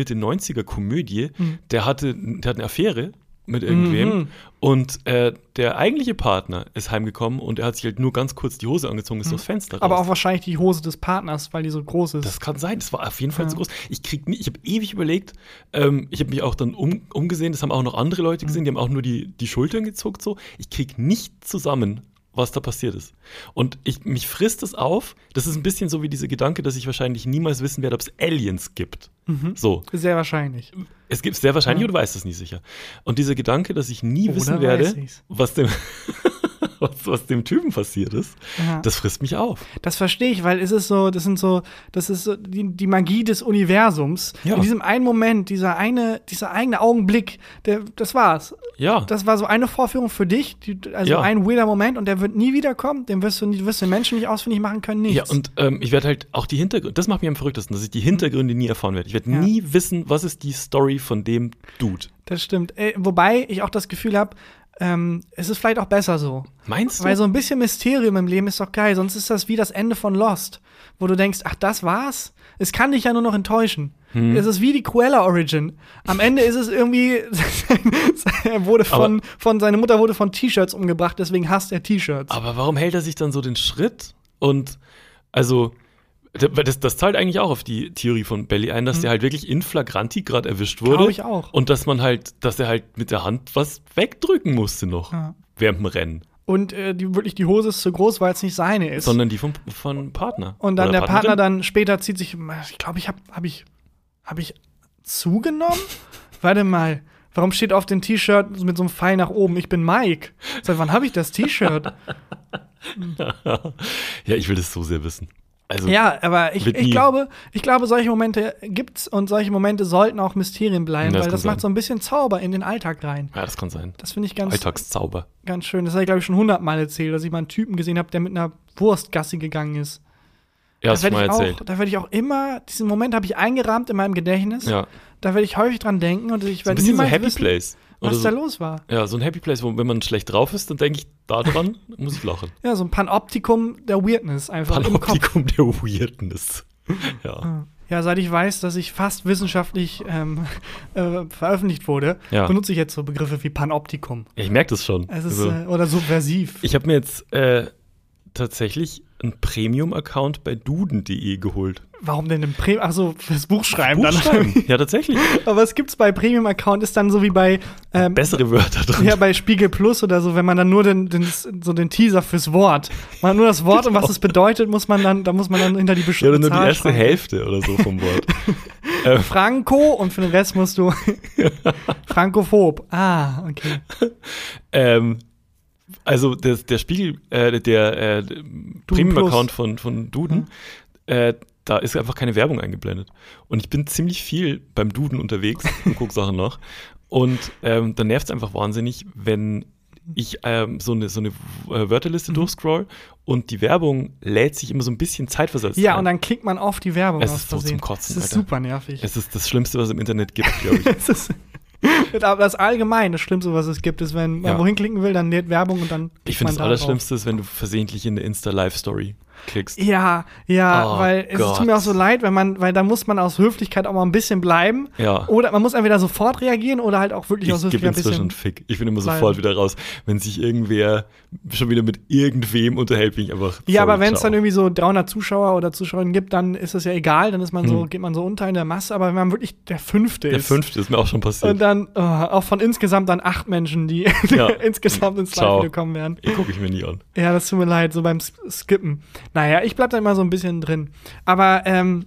Mitte-90er-Komödie. Der, hatte, der hat eine Affäre mit irgendwem Hm. Mhm. und äh, der eigentliche Partner ist heimgekommen und er hat sich halt nur ganz kurz die Hose angezogen, ist durchs Fenster Hm. aber raus. auch wahrscheinlich die Hose des Partners, weil die so groß ist. Das kann sein, das war auf jeden Fall zu groß. Ich krieg nie, ich habe ewig überlegt, ähm, ich habe mich auch dann um, umgesehen, das haben auch noch andere Leute Mhm. gesehen, die haben auch nur die, die Schultern gezuckt so. Ich krieg nicht zusammen, was da passiert ist. Und ich, mich frisst es auf, das ist ein bisschen so wie dieser Gedanke, dass ich wahrscheinlich niemals wissen werde, ob es Aliens gibt. So, Sehr wahrscheinlich. es gibt sehr wahrscheinlich, Mhm. Ja. oder weiß das nicht sicher. Und dieser Gedanke, dass ich nie Oder wissen weiß werde, ich's. was dem, was, was dem Typen passiert ist, Ja. das frisst mich auf. Das verstehe ich, weil es ist so, das sind so, das ist so die, die Magie des Universums. Ja. In diesem einen Moment, dieser eine, dieser eigene Augenblick, der, das war's. Ja. Das war so eine Vorführung für dich, die, also Ja. ein weirder Moment und der wird nie wiederkommen, den wirst du, nie, wirst du den Menschen nicht ausfindig machen können, nichts. Ja, und ähm, ich werde halt auch die Hintergründe, das macht mich am verrücktesten, dass ich die Hintergründe nie erfahren werde. Ich werde Ja. nie wissen, was ist die Story von dem Dude. das stimmt. Äh, wobei ich auch das Gefühl habe, ähm, es ist vielleicht auch besser so. Meinst du? Weil so ein bisschen Mysterium im Leben ist doch geil, sonst ist das wie das Ende von Lost, wo du denkst, ach, das war's? Es kann dich ja nur noch enttäuschen. Hm. Es ist wie die Cruella Origin. Am Ende ist es irgendwie, er wurde von, von, seine Mutter wurde von T-Shirts umgebracht, deswegen hasst er T-Shirts. Aber warum hält er sich dann so den Schritt? Und also, da- weil das, das zahlt eigentlich auch auf die Theorie von Belly ein, dass der halt wirklich in Flagranti gerade erwischt wurde. Mhm. Glaub ich auch. Und dass man halt, dass er halt mit der Hand was wegdrücken musste noch Ja. während dem Rennen. Und äh, die, wirklich, die Hose ist zu groß, weil es nicht seine ist. Sondern die vom, von Partner. Und dann Oder der Partner Partnerin. dann später zieht sich, ich glaube, ich habe hab ich, hab ich zugenommen? Warte mal, warum steht auf dem T-Shirt mit so einem Pfeil nach oben, ich bin Mike? Seit wann habe ich das T-Shirt? Ja, ich will das so sehr wissen. Also, ja, aber ich, Wird nie. ich, glaube, ich glaube, solche Momente gibt's und solche Momente sollten auch Mysterien bleiben, Das weil kann das sein. macht so ein bisschen Zauber in den Alltag rein. ja das kann sein. Das finde ich ganz, Alltagszauber. ganz schön. Das habe ich, glaube ich, schon hundertmal erzählt, dass ich mal einen Typen gesehen habe, der mit einer Wurst Gassi gegangen ist. Ja, hast du werd mal ich auch, erzählt. da werde ich auch immer, diesen Moment habe ich eingerahmt in meinem Gedächtnis. Ja. Da werde ich häufig dran denken und ich Ein werde bisschen so niemals Happy wissen, Place. Oder was so. da los war. Ja, so ein Happy Place, wo wenn man schlecht drauf ist, dann denke ich da dran, muss ich lachen. Ja, so ein Panoptikum der Weirdness einfach im Kopf. Ah. Panoptikum der Weirdness. Ja. Ja, seit ich weiß, dass ich fast wissenschaftlich ähm, äh, veröffentlicht wurde, Ja. benutze ich jetzt so Begriffe wie Panoptikum. ja, ich merke das schon. Es ist, Also, äh, oder subversiv. ich habe mir jetzt äh, tatsächlich einen Premium-Account bei duden.de geholt. Warum denn im Premium? Achso, fürs Buch schreiben Buch dann. schreiben. ja, tatsächlich. Aber was gibt's bei Premium-Account ist dann so wie bei, ähm, Bessere Wörter drin. ja, bei Spiegel Plus oder so, wenn man dann nur den, den, so den Teaser fürs Wort, man nur das Wort und was es bedeutet, muss man dann, da muss man dann hinter die Genau. Ja, oder bestimmte nur die Zahl erste schreiben. Hälfte oder so vom Wort. Franco und für den Rest musst du Frankophob. Ah, okay. Ähm, also das, der Spiegel, äh, der äh, Premium-Account von, Mhm. von Duden, äh, da ist einfach keine Werbung eingeblendet. Und ich bin ziemlich viel beim Duden unterwegs und gucke Sachen nach. Und ähm, dann nervt es einfach wahnsinnig, wenn ich ähm, so eine, so eine äh, Wörterliste Mhm. durchscroll und die Werbung lädt sich immer so ein bisschen zeitversetzt. Ja, ein. und dann klickt man auf die Werbung Es aus ist so Versehen. zum Kotzen, Es ist Alter. super nervig. Es ist das Schlimmste, was es im Internet gibt, glaube ich. Es ist aber das allgemein, das Schlimmste, was es gibt, ist, wenn man Ja. wohin klicken will, dann lädt Werbung und dann. ich klickt finde man das da Allerschlimmste ist, wenn du versehentlich in eine Insta-Live-Story klickst. drauf. Ja, ja, Oh weil es Gott. tut mir auch so leid, wenn man, weil da muss man aus Höflichkeit auch mal ein bisschen bleiben. Ja. Oder man muss entweder sofort reagieren oder halt auch wirklich aus Ich gebe Höflichkeit ein inzwischen einen bisschen. Fick. Ich bin immer bleiben. sofort wieder raus. Wenn sich irgendwer schon wieder mit irgendwem unterhält, bin ich einfach. Ja, sorry, aber wenn es ciao. dann irgendwie so 300 Zuschauer oder Zuschauerinnen gibt, dann ist das ja egal, dann ist man so, geht man so unter in der Masse. Aber wenn man wirklich der Fünfte Hm. Der ist fünfte ist mir auch schon und passiert. dann oh, auch von insgesamt dann acht Menschen, die Ja. insgesamt ins Ciao. Live gekommen wären. Den gucke ich mir nie an. Ja, das tut mir leid, so beim S- Skippen. Naja, ich bleib da immer so ein bisschen drin. Aber ähm,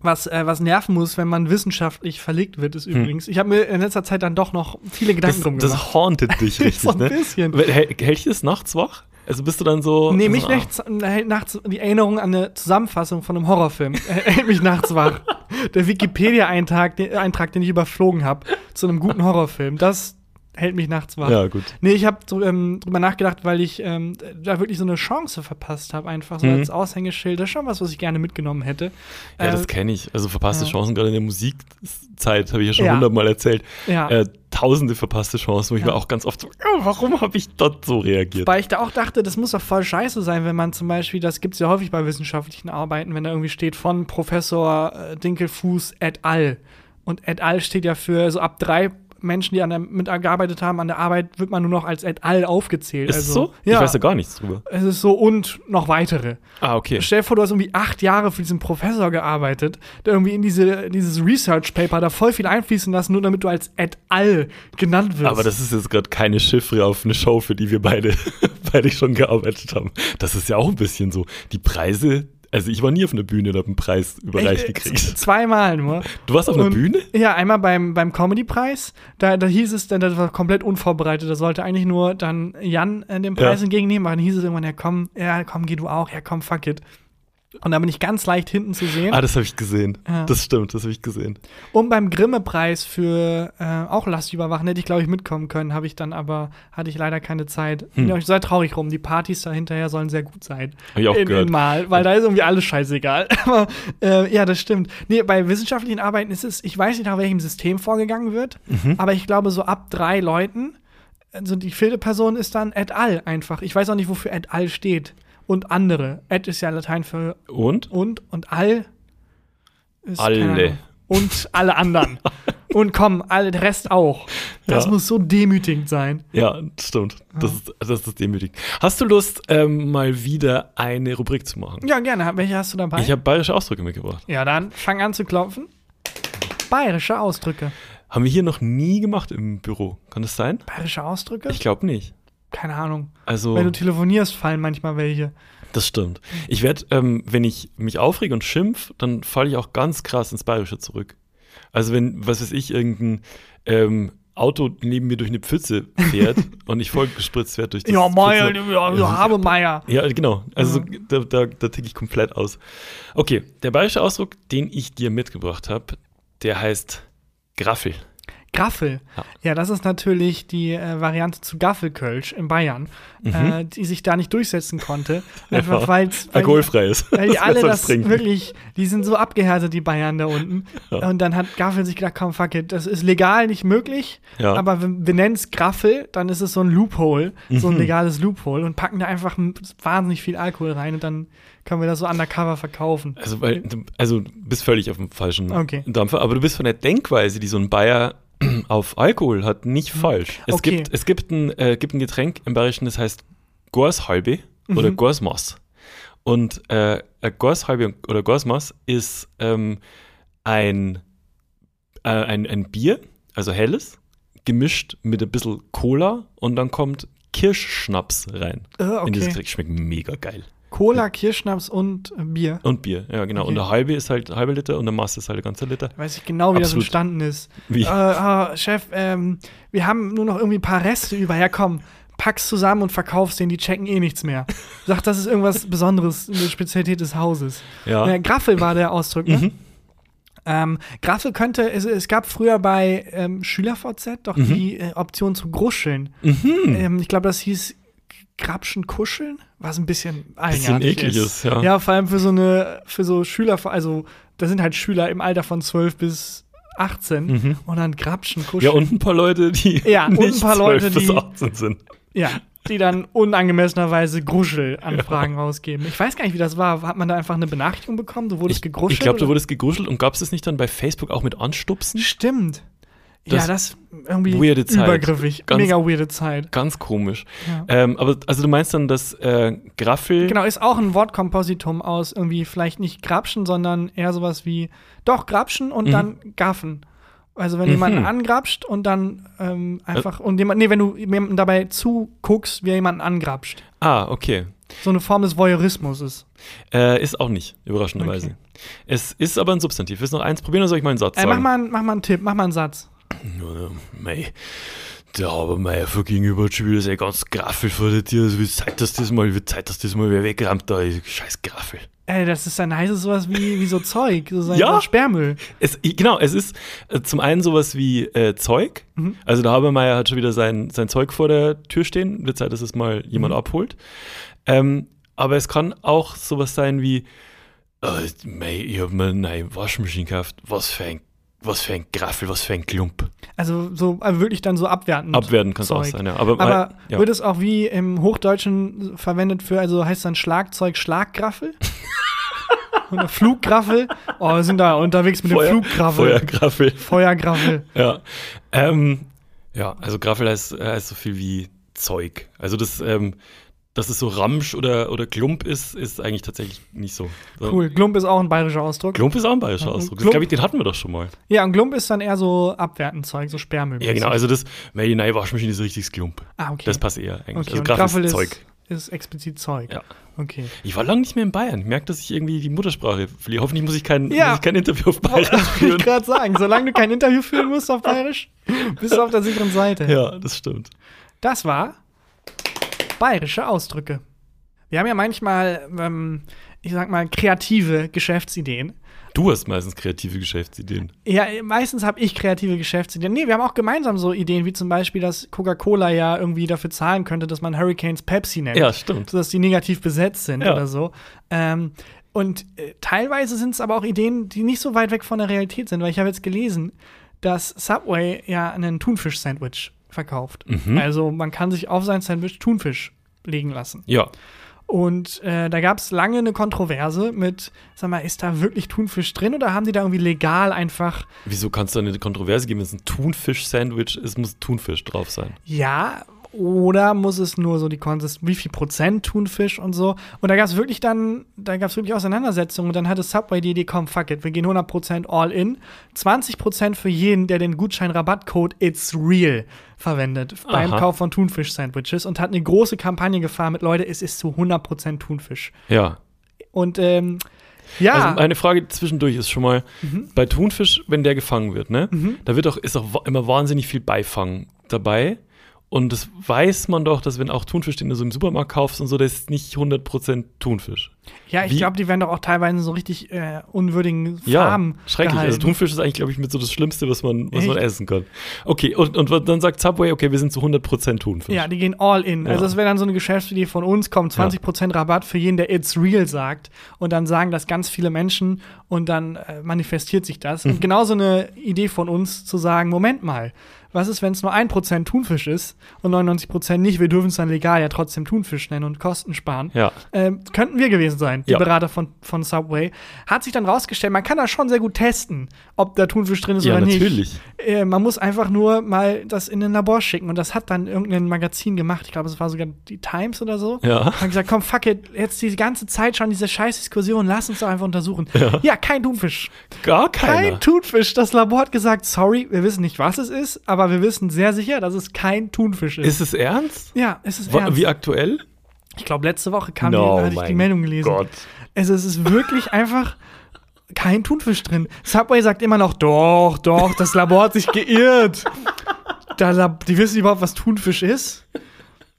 was, äh, was nerven muss, wenn man wissenschaftlich verlegt wird, ist übrigens, ich habe mir in letzter Zeit dann doch noch viele Gedanken Hm. drum Das, gemacht. das hauntet dich richtig, So ein ne? bisschen. Hält hält dich das nachts wach? Also bist du dann so. Nee, so, mich ah. nachts, äh, hält nachts die Erinnerung an eine Zusammenfassung von einem Horrorfilm. hält mich nachts wach. Der Wikipedia-Eintrag, den, Eintrag, den ich überflogen habe, zu einem guten Horrorfilm, das hält mich nachts wach. ah. Ja, gut. Nee, ich habe ähm, drüber nachgedacht, weil ich ähm, da wirklich so eine Chance verpasst habe, einfach so Mhm. als Aushängeschild. Das ist schon was, was ich gerne mitgenommen hätte. Ja, das Äh, kenne ich. Also verpasste ja. Chancen, gerade in der Musikzeit, habe ich ja schon Ja. hundertmal erzählt. Ähm, ja. Äh, tausende verpasste Chancen, wo ich Ja. mir auch ganz oft so, "Oh, warum habe ich dort so reagiert? Weil ich da auch dachte, das muss doch voll scheiße sein, wenn man zum Beispiel, das gibt es ja häufig bei wissenschaftlichen Arbeiten, wenn da irgendwie steht von Professor äh, Dinkelfuß et al. Und et al steht ja für so ab drei Menschen, die an der, mit gearbeitet haben, an der Arbeit wird man nur noch als et al aufgezählt. Ist es also, so? Ja, Ich weiß ja gar nichts drüber. es ist so und noch weitere. Ah, okay. Stell dir vor, du hast irgendwie acht Jahre für diesen Professor gearbeitet, der irgendwie in diese, dieses Research Paper da voll viel einfließen lassen, nur damit du als et al genannt wirst. Aber das ist jetzt gerade keine Chiffre auf eine Show, für die wir beide, beide schon gearbeitet haben. Das ist ja auch ein bisschen so. Die Preise, also ich war nie auf einer Bühne und habe einen Preis überreicht Ich- gekriegt. Zweimal nur. Du warst auf einer Und- Bühne? Ja, einmal beim, beim Comedy-Preis. Da, da hieß es dann, das war komplett unvorbereitet. Da sollte eigentlich nur dann Jan äh, den Preis Ja. entgegennehmen. Aber dann hieß es irgendwann, ja komm, ja komm, geh du auch. Ja komm, fuck it. Und da bin ich ganz leicht hinten zu sehen. Ah, das habe ich gesehen. Ja. Das stimmt, das habe ich gesehen. Und beim Grimme-Preis für äh, auch Last überwachen hätte ich, glaube ich, mitkommen können. Habe ich dann aber, hatte ich leider keine Zeit. Bin auch sehr traurig rum. Die Partys da hinterher sollen sehr gut sein. Hm. Hab ich auch in, gehört. In Mal, weil da ist irgendwie alles scheißegal. aber äh, ja, das stimmt. Nee, bei wissenschaftlichen Arbeiten ist es, ich weiß nicht, nach welchem System vorgegangen wird, Mhm. aber ich glaube, so ab drei Leuten, also die vierte Person ist dann et al. einfach. Ich weiß auch nicht, wofür et al. steht. Und andere. Et ist ja Latein für Und? und und all ist Alle. keine Ahnung. und alle anderen und komm alle der Rest auch das Ja. muss so demütigend sein Ja, stimmt. Das ist, das ist demütig. Hast du Lust, ähm, mal wieder eine Rubrik zu machen? ja gerne Ha- welche hast du dabei Ich habe bayerische Ausdrücke mitgebracht. ja dann fang an zu klopfen bayerische Ausdrücke Haben wir hier noch nie gemacht im Büro. Kann das sein? bayerische Ausdrücke Ich glaube nicht. keine Ahnung Also, wenn du telefonierst fallen manchmal welche das stimmt. Ich werde, ähm, wenn ich mich aufrege und schimpf, dann falle ich auch ganz krass ins Bayerische zurück. Also, wenn, was weiß ich, irgendein ähm, Auto neben mir durch eine Pfütze fährt und ich voll gespritzt werde durch das ja Meier Pfützenloch. ja, Ja, ja habe Meier Ja, genau. Also da, da, da ticke ich komplett aus. Okay, der bayerische Ausdruck, den ich dir mitgebracht habe, der heißt Graffel. Graffel. Ja. Ja. das ist natürlich die äh, Variante zu Gaffelkölsch in Bayern, Mhm. äh, die sich da nicht durchsetzen konnte. Einfach weil's, weil Alkoholfrei ist. Weil die Das alle soll's das wirklich, die sind so abgehärtet, die Bayern da unten. Und dann hat Graffel sich gedacht, komm, fuck it, das ist legal nicht möglich, Ja. aber wir, wir nennen es Graffel, dann ist es so ein Loophole, so Mhm. ein legales Loophole und packen da einfach m- wahnsinnig viel Alkohol rein und dann können wir das so undercover verkaufen. Also, weil, du- also du bist völlig auf dem falschen Okay. Dampfer, aber du bist von der Denkweise, die so ein Bayer auf Alkohol hat, nicht falsch. Hm. Es, Okay. gibt, es gibt, ein, äh, gibt ein Getränk im Bayerischen, das heißt Gorshalbe oder Mhm. Gorsmaß. Und äh, äh, Gorshalbe oder Gorsmaß ist ähm, ein, äh, ein, ein Bier, also helles, gemischt mit ein bisschen Cola und dann kommt Kirschschnaps rein. Äh, In dieses okay. Getränk schmeckt mega geil. Cola, Kirschschnaps und äh, Bier. Und Bier, ja genau. Okay. Und der halbe ist halt halbe Liter und der Maß ist halt ein ganzer Liter. Da Weiß ich genau, wie das Absolut. entstanden ist. Wie? Äh, ah, Chef, ähm, wir haben nur noch irgendwie ein paar Reste über. Ja, komm, pack's zusammen und verkauf's denen, die checken eh nichts mehr. Sag, das ist irgendwas Besonderes, eine Spezialität des Hauses. Ja. Mhm. Äh, Graffel war der Ausdruck, ne? Ähm, Graffel könnte, es, es gab früher bei ähm, SchülerVZ doch Mhm. die äh, Option zu gruscheln. Ähm, ich glaube, das hieß Grabschen kuscheln, was ein bisschen eigenartig eklig ist, ja. Ja, vor allem für so eine, für so Schüler, also da sind halt Schüler im Alter von 12 bis 18 Mhm. und dann Grabschen kuscheln. Ja, und ein paar Leute, die Ja, und ein nicht paar 12 Leute, bis die- 18 sind. Ja, die dann unangemessenerweise Gruschelanfragen rausgeben. Ich weiß gar nicht, wie das war. Hat man da einfach eine Benachrichtigung bekommen? Du wurdest Ich, gegruschelt? ich glaube, du oder- wurdest gegruschelt und gab es das nicht dann bei Facebook auch mit Anstupsen? Stimmt. ja, Das- das irgendwie Weirde Zeit. übergriffig. Ganz- Mega weirde Zeit. Ganz komisch. Ja. Ähm, aber also du meinst dann, dass äh, Graffel. Genau, ist auch ein Wortkompositum aus irgendwie vielleicht nicht Grabschen, sondern eher sowas wie doch Grabschen Mhm. und dann Gaffen. Also wenn jemanden angrapscht und dann ähm, Äh. einfach und jemand, nee, wenn du jemandem dabei zuguckst, wie er jemanden angrapscht. Ah, okay. So eine Form des Voyeurismus ist. Äh, ist auch nicht, überraschenderweise. Okay. Äh, Es ist aber ein Substantiv. Willst du noch eins probieren oder soll ich mal einen Satz Ey, mach sagen? mal, einen- mach mal einen Tipp, mach mal einen Satz. Äh, mei. Der Habermeier gegenüber hat schon wieder sein ganz Graffel vor der Tür. Also, wie Zeit, dass das mal, wie Zeit, dass das mal wer wegrammt da. ist. Scheiß Graffel. Ey, das ist dann heißes sowas wie, wie so Zeug, so sein Ja. Sperrmüll. Es, genau, es ist äh, zum einen sowas wie äh, Zeug. Mhm. Also der Habermeier hat schon wieder sein, sein Zeug vor der Tür stehen. Wird Zeit, dass es mal jemand Mhm. abholt. Ähm, aber es kann auch sowas sein wie, äh, mei, ich habe mir eine neue Waschmaschine gekauft. Was für ein, was für ein Graffel, was für ein Klump. Also so also wirklich dann so abwertend. Abwerten kann es auch Zeug. sein, ja. Aber, Aber ja. wird es auch wie im Hochdeutschen verwendet für, also heißt dann Schlagzeug Schlaggraffel? Oder Fluggraffel? Oh, wir sind da unterwegs mit Feuer- dem Fluggraffel. Feuergraffel. Feuergraffel. Ja. Ähm, ja, also Graffel heißt, heißt so viel wie Zeug. Also das, ähm, dass es so Ramsch oder, oder Klump ist, ist eigentlich tatsächlich nicht so. so Cool. Glump ist auch ein bayerischer Ausdruck. Klump ist auch ein bayerischer Ausdruck. Das Klump- glaube ich, den hatten wir doch schon mal. Ja, und Glump ist dann eher so abwertend Zeug, so Sperrmüll. Ja, genau. Also das, weil die neue Waschmaschine ist ein richtiges Klump. Ah, okay. Das passt eher okay. eigentlich. also und Graffel Graffel ist ist, Zeug. ist explizit Zeug. Ja. Okay. Ich war lange nicht mehr in Bayern. Ich merke, dass ich irgendwie die Muttersprache verliere. Hoffentlich muss ich kein, Ja. muss ich kein Interview auf Bayern Wollte führen. Oh, ich gerade sagen, solange du kein Interview führen musst auf Bayerisch, bist du auf der sicheren Seite. Ja, das stimmt. Das war bayerische Ausdrücke. Wir haben ja manchmal, ähm, ich sag mal, kreative Geschäftsideen. Du hast meistens kreative Geschäftsideen. Ja, meistens habe ich kreative Geschäftsideen. Nee, wir haben auch gemeinsam so Ideen, wie zum Beispiel, dass Coca-Cola ja irgendwie dafür zahlen könnte, dass man Hurricanes Pepsi nennt. Ja, stimmt. sodass die negativ besetzt sind Ja. oder so. Ähm, und äh, teilweise sind es aber auch Ideen, die nicht so weit weg von der Realität sind, weil ich habe jetzt gelesen, dass Subway ja einen Thunfisch-Sandwich verkauft. Also man kann sich auf sein Sandwich Thunfisch legen lassen. Ja. Und äh, da gab es lange eine Kontroverse mit, sag mal, ist da wirklich Thunfisch drin oder haben die da irgendwie legal einfach Wieso kannst du eine Kontroverse geben? Es ist ein Thunfisch-Sandwich, es muss Thunfisch drauf sein. Ja, oder muss es nur so die Konsistenz, wie viel Prozent Thunfisch und so. Und da gab es wirklich dann, da gab es wirklich Auseinandersetzungen und dann hatte Subway die Idee, komm, fuck it, wir gehen 100% all in. 20% für jeden, der den Gutschein-Rabattcode It's Real verwendet beim Aha. Kauf von Thunfisch-Sandwiches und hat eine große Kampagne gefahren mit, Leute, es ist zu 100% Thunfisch. Ja. Und ähm, ja, Also eine Frage zwischendurch ist schon mal, Mhm. bei Thunfisch, wenn der gefangen wird, ne, da wird auch, ist auch wa- immer wahnsinnig viel Beifang dabei. Und das weiß man doch, dass wenn auch Thunfisch, den du so im Supermarkt kaufst und so, das ist nicht 100% Thunfisch. ja ich wie- glaube, die werden doch auch teilweise in so richtig äh, unwürdigen Ja, Farben schrecklich. gehalten. Also Thunfisch ist eigentlich, glaube ich, mit so das Schlimmste, was man, was man Echt? essen kann. Okay, und, und was- dann sagt Subway, okay, wir sind zu 100% Thunfisch. Ja, die gehen all in. Also Ja. das wäre dann so eine Geschäftsidee von uns, kommt 20% Rabatt für jeden, der It's Real sagt. Und dann sagen das ganz viele Menschen und dann äh, manifestiert sich das. Mhm. Und genau so eine Idee von uns zu sagen, Moment mal, was ist, wenn es nur 1% Thunfisch ist und 99% nicht? Wir dürfen es dann legal ja trotzdem Thunfisch nennen und Kosten sparen. Ja. Ähm, könnten wir gewesen sein, die Ja. Berater von, von Subway. Hat sich dann rausgestellt, man kann da schon sehr gut testen, ob da Thunfisch drin ist Ja, oder nicht. natürlich. Äh, man muss einfach nur mal das in ein Labor schicken. Und das hat dann irgendein Magazin gemacht. Ich glaube, es war sogar die Times oder so. Ja. Haben gesagt, komm, fuck it, jetzt die ganze Zeit schon diese scheiß Diskussion, lass uns doch einfach untersuchen. Ja, kein Thunfisch. Gar keiner. Kein Thunfisch. Das Labor hat gesagt, sorry, wir wissen nicht, was es ist, aber wir wissen sehr sicher, dass es kein Thunfisch ist. ist es ernst? ja, es ist Wa- ernst. Wie aktuell? Ich glaube, letzte Woche kam die, No, hatte ich die mein Meldung gelesen. Gott. Also es ist wirklich einfach kein Thunfisch drin. Subway sagt immer noch, doch, doch, das Labor hat sich geirrt. Da, Lab- die wissen überhaupt, was Thunfisch ist.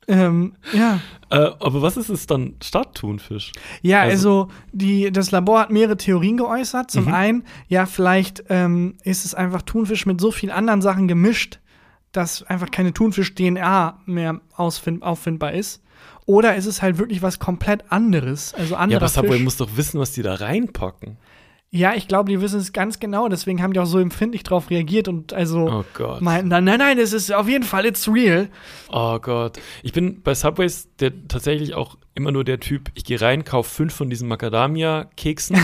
Ähm, ja, Äh, aber was ist es dann statt Thunfisch? ja Also- also, die, das Labor hat mehrere Theorien geäußert. Zum Mhm. einen, ja, vielleicht ähm, ist es einfach Thunfisch mit so vielen anderen Sachen gemischt, dass einfach keine Thunfisch-DNA mehr ausfind, auffindbar ist. Oder ist es halt wirklich was komplett anderes? Also Ja, anderer aber Subway Fisch. muss doch wissen, was die da reinpacken. Ja, ich glaube, die wissen es ganz genau, deswegen haben die auch so empfindlich drauf reagiert und also Oh Gott. meinten dann, nein, nein, es ist auf jeden Fall, it's real. Oh Gott. Ich bin bei Subways der, tatsächlich auch immer nur der Typ, ich gehe rein, kaufe fünf von diesen Macadamia-Keksen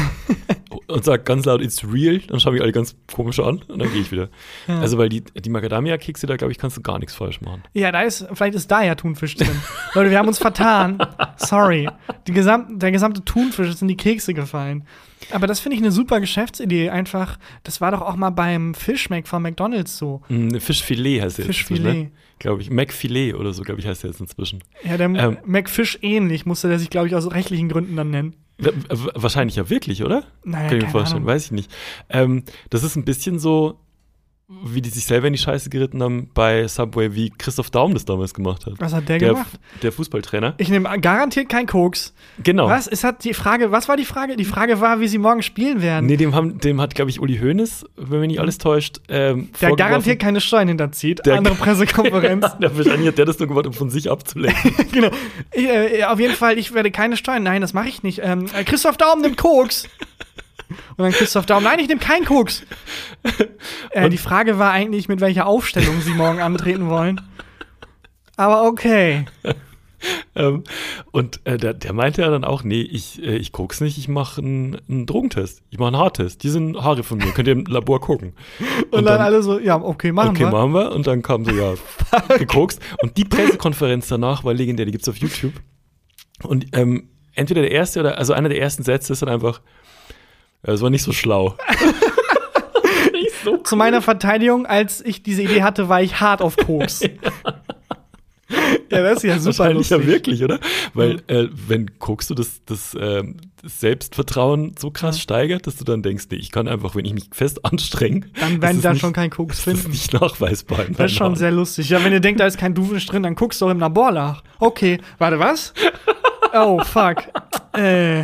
und sage ganz laut, it's real. Dann schauen mich alle ganz komisch an und dann gehe ich wieder. Also, weil die, die Macadamia-Kekse, da glaube ich, kannst du gar nichts falsch machen. Ja, da ist, vielleicht ist da ja Thunfisch drin. Leute, wir haben uns vertan. Sorry. Die gesamten, der gesamte Thunfisch ist in die Kekse gefallen. Aber das finde ich eine super Geschäftsidee. Einfach, das war doch auch mal beim Fischmeck von McDonalds so. Mm, Fischfilet heißt der jetzt. Hm, Fischfilet. inzwischen, Ne? Glaube ich. Macfilet oder so, glaube ich, heißt der jetzt inzwischen. Ja, der Ähm. McFish ähnlich musste der sich, glaube ich, aus rechtlichen Gründen dann nennen. W- w- Wahrscheinlich ja wirklich, oder? Naja, Kann ich mir keine vorstellen, Ahnung. weiß ich nicht. Ähm, das ist ein bisschen so, wie die sich selber in die Scheiße geritten haben bei Subway, wie Christoph Daum das damals gemacht hat. Was hat der, Der, gemacht? der Fußballtrainer. Ich nehme an, garantiert kein Koks. Genau. Was? Es hat die Frage, was war die Frage? Die Frage war, wie sie morgen spielen werden. Nee, dem, haben, dem hat, glaube ich, Uli Hoeneß, wenn mich nicht alles täuscht, ähm, der vorgeworfen- garantiert keine Steuern hinterzieht. Der- Andere Pressekonferenz. Ja, wahrscheinlich hat der das nur gemacht, um von sich abzulenken. genau. Ich, äh, auf jeden Fall, ich werde keine Steuern. Nein, das mache ich nicht. Ähm, äh, Christoph Daum nimmt Koks. Und dann Christoph Daum, nein, ich nehme keinen Koks. Äh, die Frage war eigentlich, mit welcher Aufstellung sie morgen antreten wollen. Aber okay. ähm, und äh, der, der meinte ja dann auch, nee, ich, äh, ich guck's nicht, ich mache einen, einen Drogentest. Ich mache einen Haartest. Die sind Haare von mir, könnt ihr im Labor gucken. Und, dann, alle so, ja, okay, machen okay, wir. machen wir. Und dann kam so, ja, gekokst. Und die Pressekonferenz danach war legendär, die gibt's auf YouTube. Und ähm, entweder der erste oder, also einer der ersten Sätze ist dann einfach, ja, das war nicht so schlau. nicht so Zu meiner Verteidigung, als ich diese Idee hatte, war ich hart auf Koks. ja, das ist ja super Wahrscheinlich ja lustig. wirklich, oder? Weil, äh, wenn guckst du, das, das, ähm, das Selbstvertrauen so krass steigert, dass du dann denkst, nee, ich kann einfach, wenn ich mich fest anstrenge, Dann das werden ist da nicht, schon kein Koks das finden. ist nicht nachweisbar. in Das ist meinen schon sehr lustig. Ja, wenn ihr denkt, da ist kein Dufnisch drin, dann guckst du doch im Labor nach. Okay, warte, was? Oh, fuck. Äh,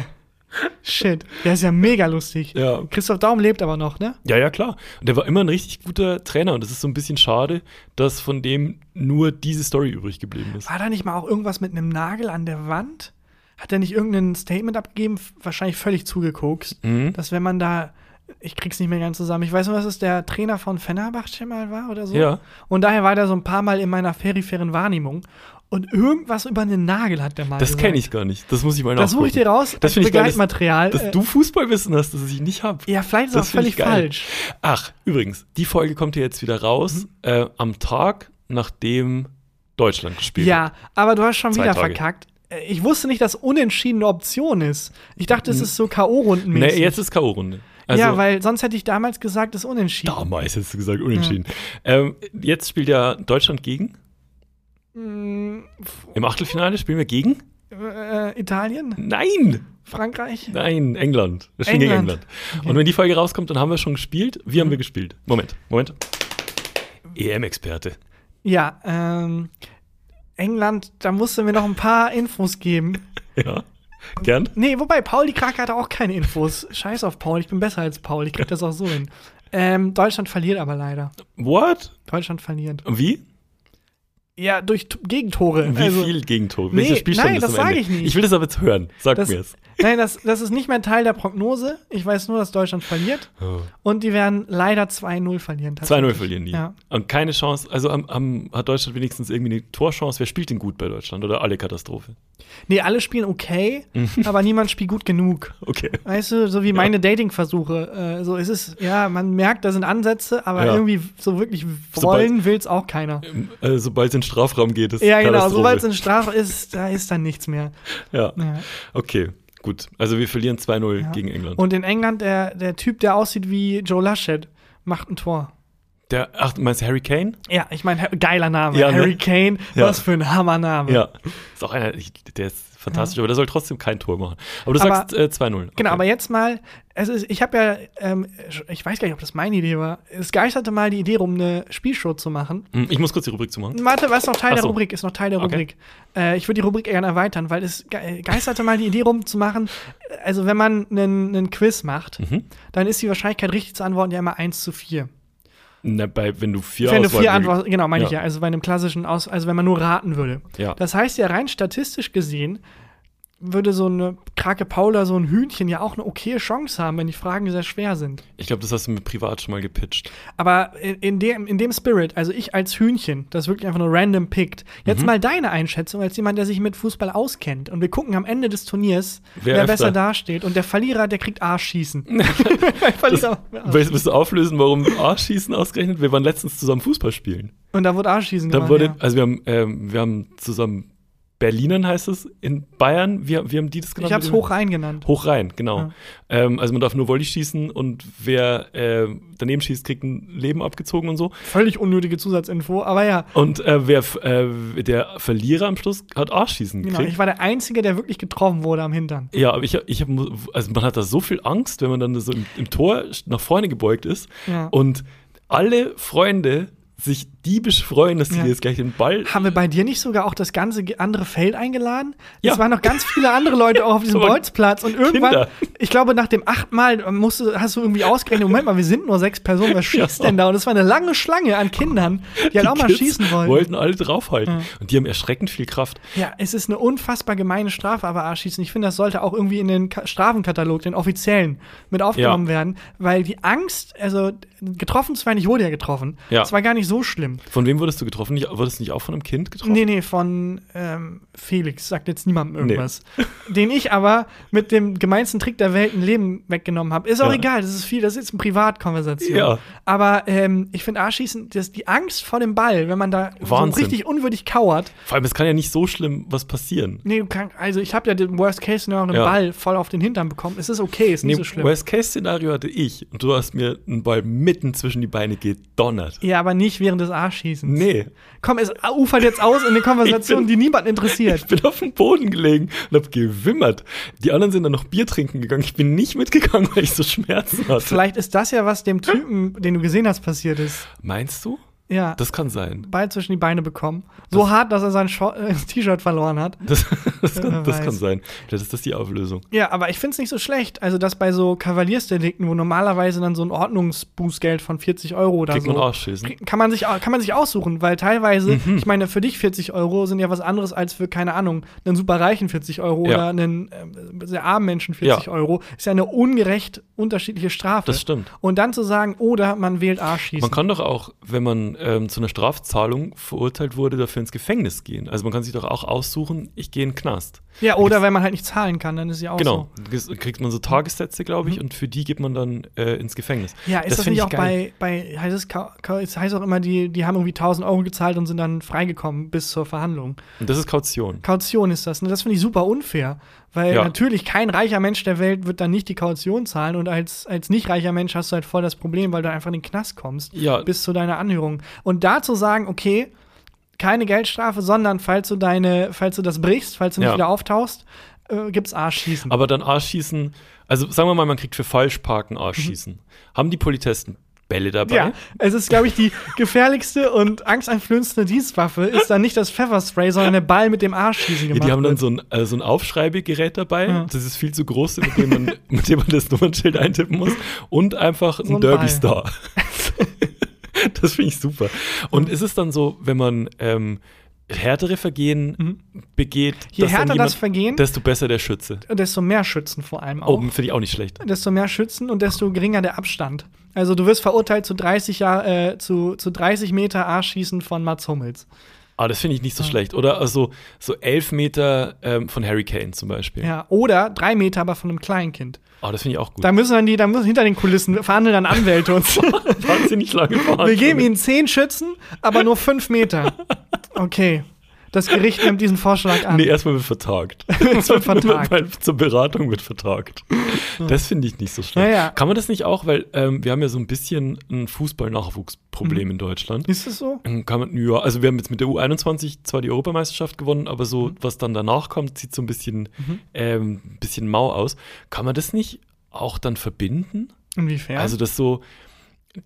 shit. Der ist ja mega lustig. Ja. Christoph Daum lebt aber noch, ne? Ja, ja, klar. Und der war immer ein richtig guter Trainer und es ist so ein bisschen schade, dass von dem nur diese Story übrig geblieben ist. War da nicht mal auch irgendwas mit einem Nagel an der Wand? Hat er nicht irgendein Statement abgegeben? F- Wahrscheinlich völlig zugekokst. Mhm. Dass wenn man da. Ich krieg's nicht mehr ganz zusammen. Ich weiß nur, dass es der Trainer von Fenerbahce mal war oder so. Ja. Und daher war der so ein paar Mal in meiner peripheren Wahrnehmung. Und irgendwas über einen Nagel hat der mal Das gesagt. kenne ich gar nicht. Das muss ich mal Also Das suche ich dir raus Das als finde ich geil, dass- Begleitmaterial. Dass Äh, du Fußballwissen hast, das ich nicht habe. Ja, vielleicht ist Das auch find völlig ich geil. falsch. Mhm. Ach, übrigens, die Folge kommt ja jetzt wieder raus äh, am Tag, nachdem Deutschland gespielt hat. Ja, aber du hast schon Zwei wieder Tage. verkackt. Äh, Ich wusste nicht, dass unentschieden eine Option ist. Ich dachte, es ist so K.O.-Rundenmäßig. Mhm. Nee, Ne, jetzt ist K.O.-Runde. Also, ja, weil sonst hätte ich damals gesagt, es ist unentschieden. damals hättest du gesagt, unentschieden. Ähm, jetzt spielt ja Deutschland gegen. Mm, Im Achtelfinale spielen wir gegen? Äh, Italien? Nein! Frankreich? Nein, England. Wir spielen gegen England. Mhm. England. Und wenn die Folge rauskommt, dann haben wir schon gespielt. Wie haben wir gespielt? Moment, Moment. E EM-Experte. Ja, ähm, England, da musst du mir noch ein paar Infos geben. Ja. Gern? Nee, wobei, Paul die Krake hatte auch keine Infos. Scheiß auf Paul, ich bin besser als Paul, ich krieg das auch so hin. Ähm, Deutschland verliert aber leider. What? Deutschland verliert. Wie? Ja, durch T Gegentore. Wie also, viel Gegentore? Nee, Welcher Spielstand nein, ist das am Ende? sag ich nicht. will das aber jetzt hören. Sag Das, mir's. nein, das, das ist nicht mehr Teil der Prognose. Ich weiß nur, dass Deutschland verliert. Oh. Und die werden leider 2-0 verlieren. 2-0 tatsächlich. verlieren die. Ja. Und keine Chance, also am, am, hat Deutschland wenigstens irgendwie eine Torchance. Wer spielt denn gut bei Deutschland? Oder alle Katastrophe? Nee, alle spielen okay, Mhm. aber niemand spielt gut genug. Okay. Weißt du, so wie meine Dating-Versuche. Äh, so ist es, ja, man merkt, da sind Ansätze, aber Ja. irgendwie so wirklich Sobald- wollen will es auch keiner. Äh, sobald es in den Strafraum geht, ist Ja, genau. Katastrophe. Sobald es in Strafe ist, da ist dann nichts mehr. ja. Ja. Okay, gut. Also wir verlieren 2-0 gegen England. Und in England, der, der Typ, der aussieht wie Joe Laschet, macht ein Tor. der, ach, du meinst Harry Kane? Ja, ich meine, geiler Name. Ja, ne? Harry Kane, Ja. was für ein Hammername. Ja. Ist auch einer, ich, der ist fantastisch, aber der soll trotzdem kein Tor machen. Aber du Aber- sagst äh, 2-0. Okay. Genau, aber jetzt mal, es ist, ich habe ja, ähm, ich weiß gar nicht, ob das meine Idee war. Es geisterte mal die Idee rum, eine Spielshow zu machen. Hm, Ich muss kurz die Rubrik zumachen. Warte, was ist noch Teil Ach der so. Rubrik? Ist noch Teil der Okay. Rubrik. Äh, ich würde die Rubrik gerne erweitern, weil es ge geisterte mal die Idee rum zu machen. äh, Also, wenn man einen einen Quiz macht, Mhm. dann ist die Wahrscheinlichkeit, richtig zu antworten, ja immer 1 zu 4. Na, bei, wenn du vier Wenn du Auswahl- vier Antworten, genau, meine ich Ja. ja. Also bei einem klassischen Aus, also wenn man nur raten würde. Ja. Das heißt ja rein statistisch gesehen würde so eine Krake Paula, so ein Hühnchen ja auch eine okaye Chance haben, wenn die Fragen sehr schwer sind. Ich glaube, das hast du mir privat schon mal gepitcht. Aber in, in, dem, in dem Spirit, also ich als Hühnchen, das wirklich einfach nur random pickt, jetzt Mhm. mal deine Einschätzung als jemand, der sich mit Fußball auskennt. Und wir gucken am Ende des Turniers, Wer wer, öfter. besser dasteht. Und der Verlierer, der kriegt Arschschießen. Verlierer. Willst, willst du auflösen, warum Arschschießen ausgerechnet? Wir waren letztens zusammen Fußball spielen. Und da wurde Arschschießen Da gemacht. wurde, ja. also wir haben, ähm, wir haben zusammen Berlinern heißt es, in Bayern, wir, wir haben die das genannt. Ich hab's mit dem- hoch reingenannt. Hochrein, genau. Ähm, also man darf nur Volley schießen und wer ähm, daneben schießt, kriegt ein Leben abgezogen und so. Völlig unnötige Zusatzinfo, aber ja. Und äh, wer f- äh, der Verlierer am Schluss hat Arschschießen Genau, gekriegt. ich war der Einzige, der wirklich getroffen wurde am Hintern. ja, aber ich, ich hab, also man hat da so viel Angst, wenn man dann so im, im Tor nach vorne gebeugt ist Ja. und alle Freunde sich diebisch freuen, dass sie Ja. jetzt gleich den Ball. Haben wir bei dir nicht sogar auch das ganze ge- andere Feld eingeladen? Es Ja. waren noch ganz viele andere Leute auch auf diesem So, Bolzplatz und irgendwann, Kinder. ich glaube, nach dem achten Mal äh, musst du, hast du irgendwie ausgerechnet, Moment mal, wir sind nur sechs Personen, was schießt Ja. denn da? Und es war eine lange Schlange an Kindern, die, halt auch mal Kids schießen wollten. Wollten alle draufhalten. Und die haben erschreckend viel Kraft. Ja, es ist eine unfassbar gemeine Strafe, aber Arschießen. Ich finde, das sollte auch irgendwie in den Ka Strafenkatalog, den offiziellen, mit aufgenommen Ja. werden, weil die Angst, also getroffen zu werden, ich wurde ja getroffen. Ja. Es war gar nicht so schlimm. Von wem wurdest du getroffen? Nicht, wurdest du nicht auch von einem Kind getroffen? Nee, nee, von ähm, Felix, sagt jetzt niemandem irgendwas. Den ich aber mit dem gemeinsten Trick der Welt ein Leben weggenommen habe. Ist auch Ja. egal, das ist viel, das ist jetzt eine Privatkonversation. Ja. Aber ähm, ich finde Arschießen, das, die Angst vor dem Ball, wenn man da so Wahnsinn. richtig unwürdig kauert, Vor allem, es kann ja nicht so schlimm was passieren. Nee, du kannst, also ich habe ja den Worst Case Szenario einen Ja. Ball voll auf den Hintern bekommen. Es ist okay, ist nicht so schlimm. Worst-Case-Szenario hatte ich und du hast mir einen Ball mitten zwischen die Beine gedonnert. ja, aber nicht während des Arschschießens. Nee, Komm, es ufert jetzt aus in eine Konversation, Ich die niemanden interessiert. ich bin auf dem Boden gelegen und hab gewimmert. Die anderen sind dann noch Bier trinken gegangen. Ich bin nicht mitgegangen, weil ich so Schmerzen hatte. Vielleicht ist das ja, was dem Typen, den du gesehen hast, passiert ist. Meinst du? Ja. Das kann sein. Ball zwischen die Beine bekommen. So hart, dass er sein Scho- äh, T-Shirt verloren hat. Das, das, Wer kann, das kann weiß. sein. Vielleicht ist das die Auflösung. Ja, aber ich find's nicht so schlecht. Also, dass bei so Kavaliersdelikten, wo normalerweise dann so ein Ordnungsbußgeld von 40 Euro oder Kriegt so. man Mhm. ausschießen. kann man sich au- kann man sich aussuchen, weil teilweise, ich meine, für dich 40 Euro sind ja was anderes als für keine Ahnung einen superreichen 40 Euro Ja. oder einen äh, sehr armen Menschen 40 Ja. Euro ist ja eine ungerecht unterschiedliche Strafe. Das stimmt. Und dann zu sagen, oder man wählt Arschschießen. Man kann doch auch, wenn man ähm, zu einer Strafzahlung verurteilt wurde, dafür ins Gefängnis gehen. Also man kann sich doch auch aussuchen, ich gehe in den Knast. ja, oder wenn man halt nicht zahlen kann, dann ist ja auch Genau, Ges- kriegt man so Tagessätze, glaube ich, und für die geht man dann äh, ins Gefängnis. so. Mhm. Ja, ist das, find nicht ich auch bei, bei heißt es, Ka- Ka- es heißt auch immer, die, die haben irgendwie 1000 Euro gezahlt und sind dann freigekommen bis zur Verhandlung. Und das ist Kaution. Kaution ist das. Ne? Das finde ich super unfair. Weil Ja. natürlich kein reicher Mensch der Welt wird dann nicht die Kaution zahlen und als, als nicht reicher Mensch hast du halt voll das Problem, weil du einfach in den Knast kommst Ja. bis zu deiner Anhörung. Und da zu sagen, okay, keine Geldstrafe, sondern falls du deine, falls du das brichst, falls du nicht Ja. wieder auftauchst, äh, gibt's Arschschießen. Mhm. Aber dann Arschschießen, also sagen wir mal, man kriegt für Falschparken Arschschießen. Haben die Polizisten Bälle dabei? Mhm. ja, es ist, glaube ich, die gefährlichste und angsteinflößende Dienstwaffe ist dann nicht das Pfefferspray, sondern der Ball mit dem Arschschießen Ja, gemacht. die haben wird. dann so ein, äh, so ein Aufschreibegerät dabei. Das ist viel zu groß, mit dem man, mit dem man das Nummernschild eintippen muss. Und einfach ein ein Derby Ball. Star. das finde ich super. Und ist es dann so, wenn man ähm, härtere Vergehen begeht, Mhm. Je dass dann härter das Vergehen- desto besser der Schütze. desto mehr Schützen vor allem auch. Oh, finde ich auch nicht schlecht. desto mehr Schützen und desto geringer der Abstand. Also du wirst verurteilt zu 30 Jahr, äh, zu, zu 30 Meter Arschschießen von Mats Hummels. Ah, das finde ich nicht so schlecht. Oder also so elf Meter ähm, von Harry Kane zum Beispiel. Ja, oder drei Meter aber von einem Kleinkind. Ah, das finde ich auch gut. Da müssen dann die, da müssen hinter den Kulissen verhandeln dann Anwälte und so. Wahnsinnig lange Fahrt. Wir geben ihnen zehn Schützen, aber nur fünf Meter. Okay. Das Gericht nimmt diesen Vorschlag an. Nee, erstmal wird vertagt. Es wird vertagt. Weil zur Beratung wird vertagt. Das finde ich nicht so schlecht. Ja, ja. Kann man das nicht auch, weil ähm, wir haben ja so ein bisschen ein Mhm. Fußball-Nachwuchsproblem in Deutschland. Ist es so? Ähm, Kann man, ja, also wir haben jetzt mit der U21 zwar die Europameisterschaft gewonnen, aber so, Mhm. was dann danach kommt, sieht so ein bisschen, ähm, ein bisschen mau aus. Kann man das nicht auch dann verbinden? Inwiefern? Also das so,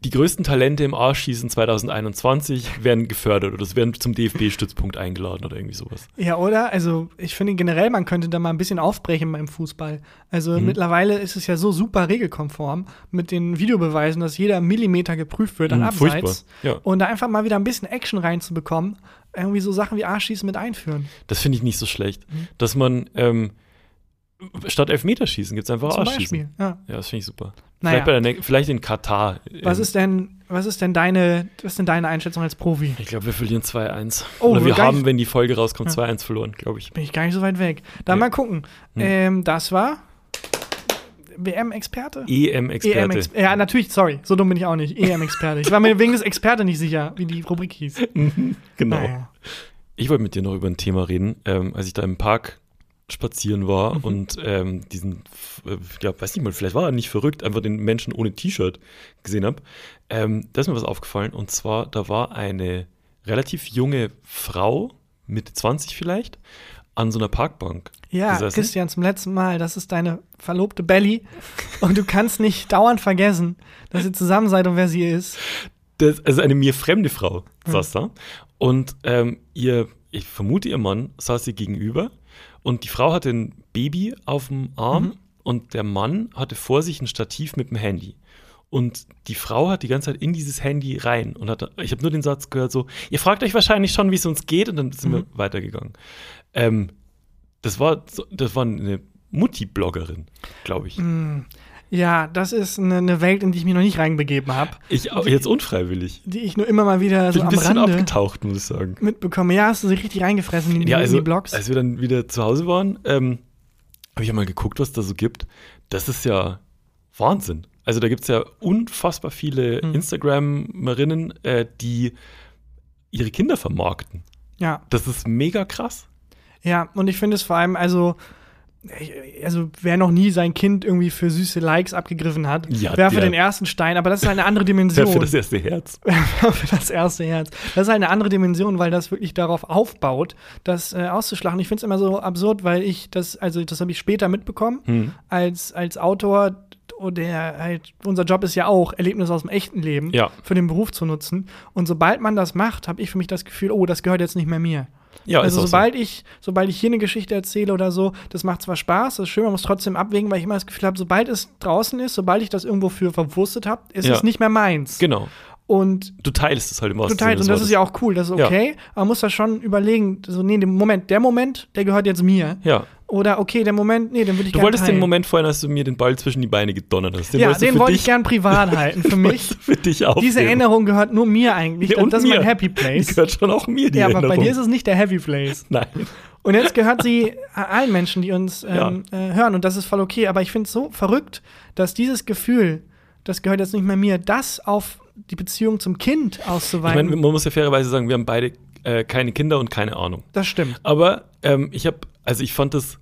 die größten Talente im Arschschießen 2021 werden gefördert oder es werden zum DFB-Stützpunkt eingeladen oder irgendwie sowas. Ja, oder? Also, ich finde generell, man könnte da mal ein bisschen aufbrechen beim Fußball. Also, Mhm. mittlerweile ist es ja so super regelkonform mit den Videobeweisen, dass jeder Millimeter geprüft wird an Mhm, Abseits. furchtbar, ja. Und da einfach mal wieder ein bisschen Action reinzubekommen, irgendwie so Sachen wie Arschschießen mit einführen. Das finde ich nicht so schlecht. Mhm. Dass man ähm, statt Elfmeterschießen gibt es einfach Zum Oh, Arschschießen. Beispiel. Ja. Ja, das finde ich super. Naja. Vielleicht, bei der, Nec- vielleicht in Katar. Was Ähm, ist denn, was ist denn deine, was ist denn deine Einschätzung als Profi? Ich glaube, wir verlieren 2-1. Oh, oder wir gar haben, nicht- wenn die Folge rauskommt, 2-1 verloren, glaube ich. Bin ich gar nicht so weit weg. Dann mal gucken. Mhm. Ähm, das war BM-Experte. E EM-Experte. EM-Experte. E ja, natürlich, sorry. So dumm bin ich auch nicht. EM-Experte. Ich war mir wegen des Experte nicht sicher, wie die Rubrik hieß. genau. Naja. Ich wollte mit dir noch über ein Thema reden, ähm, als ich da im Park spazieren war und ähm, diesen, f- äh, ja, weiß nicht mal, vielleicht war er nicht verrückt, einfach den Menschen ohne T-Shirt gesehen habe. Ähm, da ist mir was aufgefallen und zwar, da war eine relativ junge Frau, Mitte 20 vielleicht, an so einer Parkbank Ja, gesessen. Christian, zum letzten Mal, das ist deine verlobte Belly und du kannst nicht dauernd vergessen, dass ihr zusammen seid und wer sie ist. das, also eine mir fremde Frau Hm. saß da. Und ähm, ihr, ich vermute, ihr Mann saß ihr gegenüber. Und die Frau hatte ein Baby auf dem Arm Mhm. und der Mann hatte vor sich ein Stativ mit dem Handy. Und die Frau hat die ganze Zeit in dieses Handy rein und hat, ich habe nur den Satz gehört, so, ihr fragt euch wahrscheinlich schon, wie es uns geht, und dann sind Mhm. wir weitergegangen. Ähm, das war, so- das war eine Mutti-Bloggerin, glaube ich. Mhm. Ja, das ist eine, eine Welt, in die ich mich noch nicht reinbegeben habe, Ich au- jetzt unfreiwillig. die ich nur immer mal wieder so Also Bin ein am bisschen Rande abgetaucht, muss ich sagen. mitbekomme. Ja, hast du sich richtig reingefressen in, die- Ja, in also, die Blogs. als wir dann wieder zu Hause waren, ähm, habe ich ja mal geguckt, was da so gibt. Das ist ja Wahnsinn. Also da gibt es ja unfassbar viele Hm. Instagramerinnen, äh, die ihre Kinder vermarkten. ja. Das ist mega krass. Ja, und ich finde es vor allem, also, ich- also wer noch nie sein Kind irgendwie für süße Likes abgegriffen hat, Ja, werfe der- den ersten Stein, aber das ist eine andere Wer Dimension. für das erste Herz. für das erste Herz. Das ist halt eine andere Dimension, weil das wirklich darauf aufbaut, das äh, auszuschlachten. Ich finde es immer so absurd, weil ich das, also das habe ich später mitbekommen, Hm. als, als Autor, der halt, unser Job ist ja auch, Erlebnisse aus dem echten Leben Ja. für den Beruf zu nutzen. Und sobald man das macht, habe ich für mich das Gefühl, oh, das gehört jetzt nicht mehr mir. Ja, ist also auch so. sobald ich, sobald ich hier eine Geschichte erzähle oder so, das macht zwar Spaß, das ist schön, man muss trotzdem abwägen, weil ich immer das Gefühl habe, sobald es draußen ist, sobald ich das irgendwo für verwurstet habe, ist Ja. es nicht mehr meins. Genau. Und Du teilst es halt im total, und das ist ja auch cool, das ist Ja. okay, aber man muss da schon überlegen, so, nee, den Moment, der Moment, der gehört jetzt mir. Ja. Oder okay, der Moment, nee, den würde ich Du gerne wolltest den teilen. Moment vorhin, als du mir den Ball zwischen die Beine gedonnert hast. ja, wolltest du den für wollte dich, ich gern privat halten, für mich. wolltest du für dich aufheben. Diese Erinnerung gehört nur mir eigentlich, Ja, das- und das ist mein mir. Happy Die Place. gehört schon auch mir, die Ja, aber Erinnerung. bei dir ist es nicht der Happy Place. Nein. Und jetzt gehört sie allen Menschen, die uns ähm, äh, hören. Und das ist voll okay. Aber ich finde es so verrückt, dass dieses Gefühl, das gehört jetzt nicht mehr mir, das auf die Beziehung zum Kind Ich auszuweiten. meine, man muss ja fairerweise sagen, wir haben beide äh, keine Kinder und keine Ahnung. das stimmt. Aber ähm, ich habe, also ich fand das,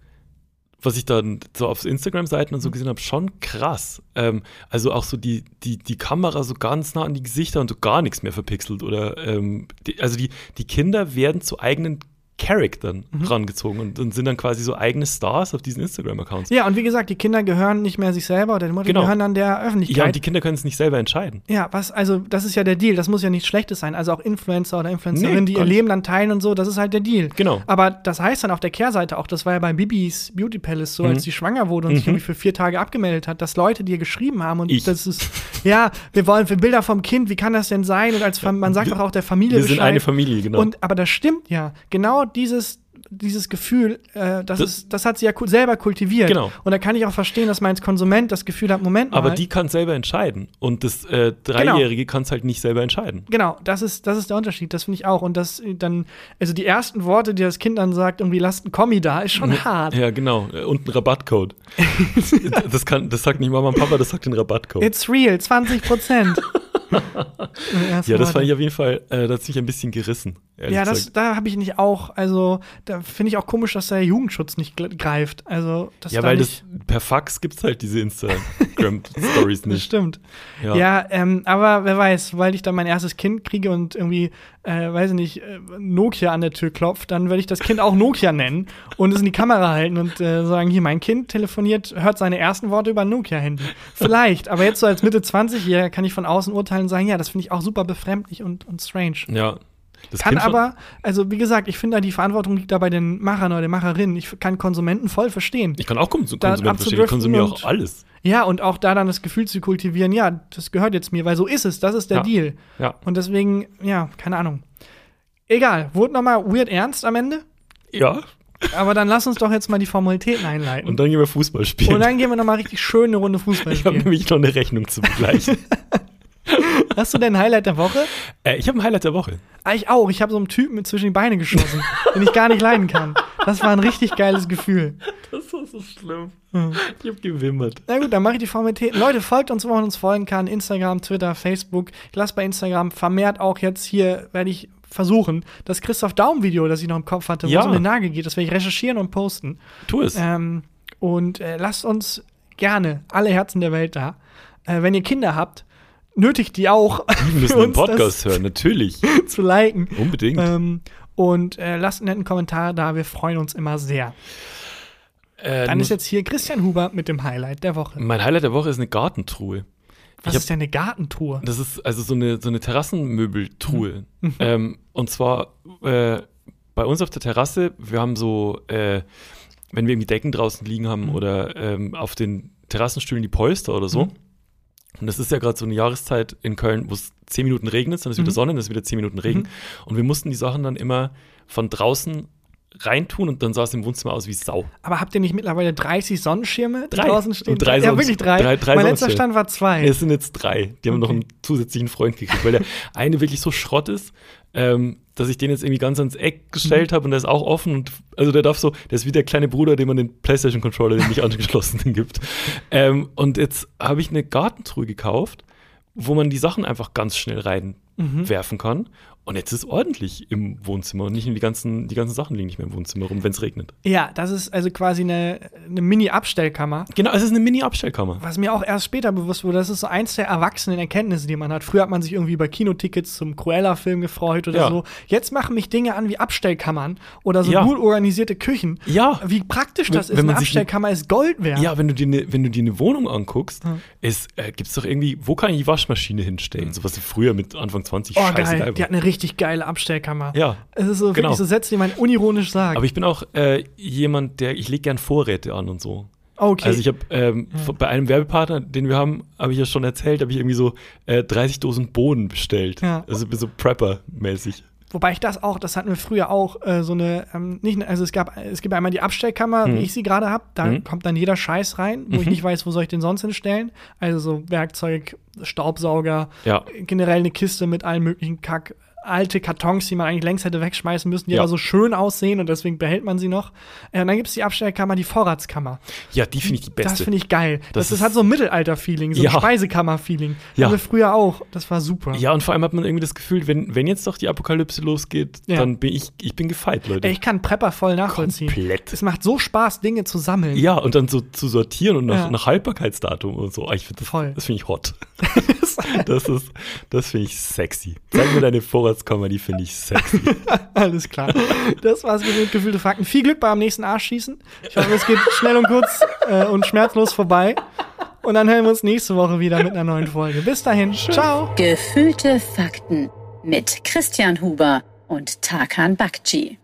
was ich dann so auf Instagram-Seiten Mhm. und so gesehen habe, schon krass. Ähm, also auch so die, die, die Kamera so ganz nah an die Gesichter und so gar nichts mehr verpixelt. Oder ähm, die, also die, die Kinder werden zu eigenen Charaktern Mhm. rangezogen und, und sind dann quasi so eigene Stars auf diesen Instagram-Accounts. Ja, und wie gesagt, die Kinder gehören nicht mehr sich selber oder der Mutter, Genau. die gehören dann der Öffentlichkeit. Ja, und die Kinder können es nicht selber entscheiden. Ja, was, also das ist ja der Deal, das muss ja nichts Schlechtes sein. Also auch Influencer oder Influencerinnen, Nee, die gar ihr nicht. Leben dann teilen und so, das ist halt der Deal. Genau. Aber das heißt dann auf der Kehrseite auch, das war ja bei Bibis Beauty Palace so, Mhm. als sie schwanger wurde und sich irgendwie für vier Tage abgemeldet hat, dass Leute dir geschrieben haben und Ich. das ist, ja, wir wollen für Bilder vom Kind, wie kann das denn sein? Und als Fam- man sagt doch auch der Familie Wir sind Bescheid. eine Familie, genau. Und aber das stimmt ja. Genau dieses dieses Gefühl, äh, das, ist, das hat sie ja ku- selber kultiviert. Genau. Und da kann ich auch verstehen, dass man als Konsument das Gefühl hat, Moment mal. Aber die kann selber entscheiden. Und das äh, Dreijährige kann es halt nicht selber entscheiden. Genau, das ist, das ist der Unterschied, das finde ich auch. Und das äh, dann, also die ersten Worte, die das Kind dann sagt, irgendwie lasst ein Kommi da, ist schon hart. Ja, genau. Äh, Und ein Rabattcode. das, kann, das sagt nicht Mama und Papa, das sagt den Rabattcode. It's real, 20 Prozent. ja, das fand ich auf jeden Fall, äh, das hat mich ein bisschen gerissen. ehrlich Ja, das, gesagt. da habe ich nicht auch, also da finde ich auch komisch, dass der Jugendschutz nicht gl- greift. Also, das ja da weil das, nicht, per Fax gibt es halt diese Instagram-Stories das nicht. stimmt. Hm. Ja. Ja, ähm, aber wer weiß, weil ich dann mein erstes Kind kriege und irgendwie, äh, weiß ich nicht, äh, Nokia an der Tür klopft, dann werde ich das Kind auch Nokia nennen und es in die Kamera halten und äh, sagen, hier, mein Kind telefoniert, hört seine ersten Worte über ein Nokia-Handy. Vielleicht, aber jetzt so als Mitte 20-Jähriger kann ich von außen urteilen und sagen, ja, das finde ich auch super befremdlich und, und strange. Ja. Das Kann Kind von- aber, also wie gesagt, ich finde, die Verantwortung liegt da bei den Machern oder den Macherinnen. Ich kann Konsumenten voll verstehen. Ich kann auch Konsum Da Konsument verstehen. Ich abzudriften konsumiere auch und- alles. Ja, und auch da dann das Gefühl zu kultivieren, ja, das gehört jetzt mir, weil so ist es, das ist der Ja. Deal. Ja. Und deswegen, ja, keine Ahnung. Egal, wurde nochmal weird ernst am Ende, Ja. aber dann lass uns doch jetzt mal die Formalitäten einleiten. Und dann gehen wir Fußball spielen. Und dann gehen wir nochmal richtig schön eine Runde Fußball ich habe spielen. nämlich noch eine Rechnung zu begleichen. Hast du denn ein Highlight der Woche? äh, ich habe ein Highlight der Woche. Ah, ich auch. Ich habe so einen Typen mit zwischen die Beine geschossen, den ich gar nicht leiden kann. Das war ein richtig geiles Gefühl. Das war so schlimm. Ich habe gewimmert. Na gut, dann mache ich die Formalitäten. Leute, folgt uns, wo man uns folgen kann. Instagram, Twitter, Facebook. Ich lasse bei Instagram vermehrt auch jetzt hier, werde ich versuchen, das Christoph Daum-Video, das ich noch im Kopf hatte, Ja. wo es um den Nagel geht, das werde ich recherchieren und posten. Tu es. Ähm, und äh, lasst uns gerne alle Herzen der Welt da. Äh, wenn ihr Kinder habt, nötigt die auch, Die müssen den Podcast hören, natürlich. das zu liken. Unbedingt. Ähm, und äh, lasst einen netten Kommentar da. Wir freuen uns immer sehr. Äh, Ähm, Dann ist jetzt hier Christian Huber mit dem Highlight der Woche. Mein Highlight der Woche ist eine Gartentruhe. Was Ich hab- ist denn eine Gartentour? Das ist also so eine, so eine Terrassenmöbeltruhe. ähm, und zwar äh, bei uns auf der Terrasse, wir haben so, äh, wenn wir irgendwie Decken draußen liegen haben oder ähm, auf den Terrassenstühlen die Polster oder so. Mhm. Und das ist ja gerade so eine Jahreszeit in Köln, wo es 10 Minuten regnet, dann ist wieder Mhm. Sonne, dann ist wieder 10 Minuten Regen. Mhm. Und wir mussten die Sachen dann immer von draußen reintun und dann sah es im Wohnzimmer aus wie Sau. Aber habt ihr nicht mittlerweile 30 Sonnenschirme, die Drei. draußen stehen? Und drei ja, Sonnens- wirklich drei. drei- drei mein letzter Sonnenschirme. Stand war zwei. Es sind jetzt drei. Die haben noch Okay. einen zusätzlichen Freund gekriegt, weil der eine wirklich so Schrott ist, ähm, dass ich den jetzt irgendwie ganz ans Eck gestellt habe und der ist auch offen und also der darf so, der ist wie der kleine Bruder, dem man den PlayStation Controller, den nicht angeschlossenen gibt. Ähm, und jetzt habe ich eine Gartentruhe gekauft, wo man die Sachen einfach ganz schnell reinwerfen kann. Und jetzt ist ordentlich im Wohnzimmer und nicht in die ganzen, die ganzen Sachen liegen nicht mehr im Wohnzimmer rum, wenn es regnet. Ja, das ist also quasi eine, eine Mini-Abstellkammer. Genau, es ist eine Mini-Abstellkammer. Was mir auch erst später bewusst wurde, das ist so eins der erwachsenen Erkenntnisse, die man hat. Früher hat man sich irgendwie über Kinotickets zum Cruella-Film gefreut oder Ja. so. Jetzt machen mich Dinge an wie Abstellkammern oder so Ja. gut organisierte Küchen. Ja. Wie praktisch das Wenn- ist. wenn man Eine sich- Abstellkammer ist Gold wert. Ja, wenn du dir eine, wenn du dir eine Wohnung anguckst, Hm. es äh, gibt's doch irgendwie, wo kann ich die Waschmaschine hinstellen? So was wie früher mit Anfang 20 Oh, scheißegal geil. Also war. Die hat eine richtig geile Abstellkammer. Ja. Es ist so Genau. wirklich so Sätze, die man unironisch sagt. Aber ich bin auch äh, jemand, der ich lege gern Vorräte an und so. okay. Hm. Also ich habe ähm, von- bei einem Werbepartner, den wir haben, habe ich ja schon erzählt, habe ich irgendwie so äh, 30 Dosen Bohnen bestellt. Ja. Also bin so Prepper-mäßig. Wobei ich das auch, das hatten wir früher auch, äh, so eine, ähm, nicht, also es gab, es gibt einmal die Abstellkammer, wie Mhm. ich sie gerade habe, da kommt dann jeder Scheiß rein, wo ich nicht weiß, wo soll ich den sonst hinstellen. Also so Werkzeug, Staubsauger, Ja. generell eine Kiste mit allen möglichen Kack, alte Kartons, die man eigentlich längst hätte wegschmeißen müssen, die Ja. aber so schön aussehen und deswegen behält man sie noch. Äh, und dann gibt es die Abstellkammer, die Vorratskammer. Ja, die finde ich die beste. Das finde ich geil. Das, Das ist, ist- hat so ein Mittelalter-Feeling, so ein Ja. Speisekammer-Feeling. Ja. Hatten wir früher auch. Das war super. ja, und vor allem hat man irgendwie das Gefühl, wenn, wenn jetzt doch die Apokalypse losgeht, Ja. dann bin ich, ich bin gefeit, Leute. Ey, ich kann Prepper voll nachvollziehen. Komplett. Es macht so Spaß, Dinge zu sammeln. Ja, und dann so zu sortieren und nach, Ja. nach Haltbarkeitsdatum und so. Ah, Ich find das Voll. das finde ich hot. das ist, das finde ich sexy. Zeig mir deine Vorratskammer, die finde ich sexy. Alles klar. Das war's mit den gefühlte Fakten. Viel Glück beim nächsten Arschschießen. Ich hoffe, es geht schnell und kurz äh, und schmerzlos vorbei. Und dann hören wir uns nächste Woche wieder mit einer neuen Folge. Bis dahin. Ciao. Gefühlte Fakten mit Christian Huber und Tarkan Bakci.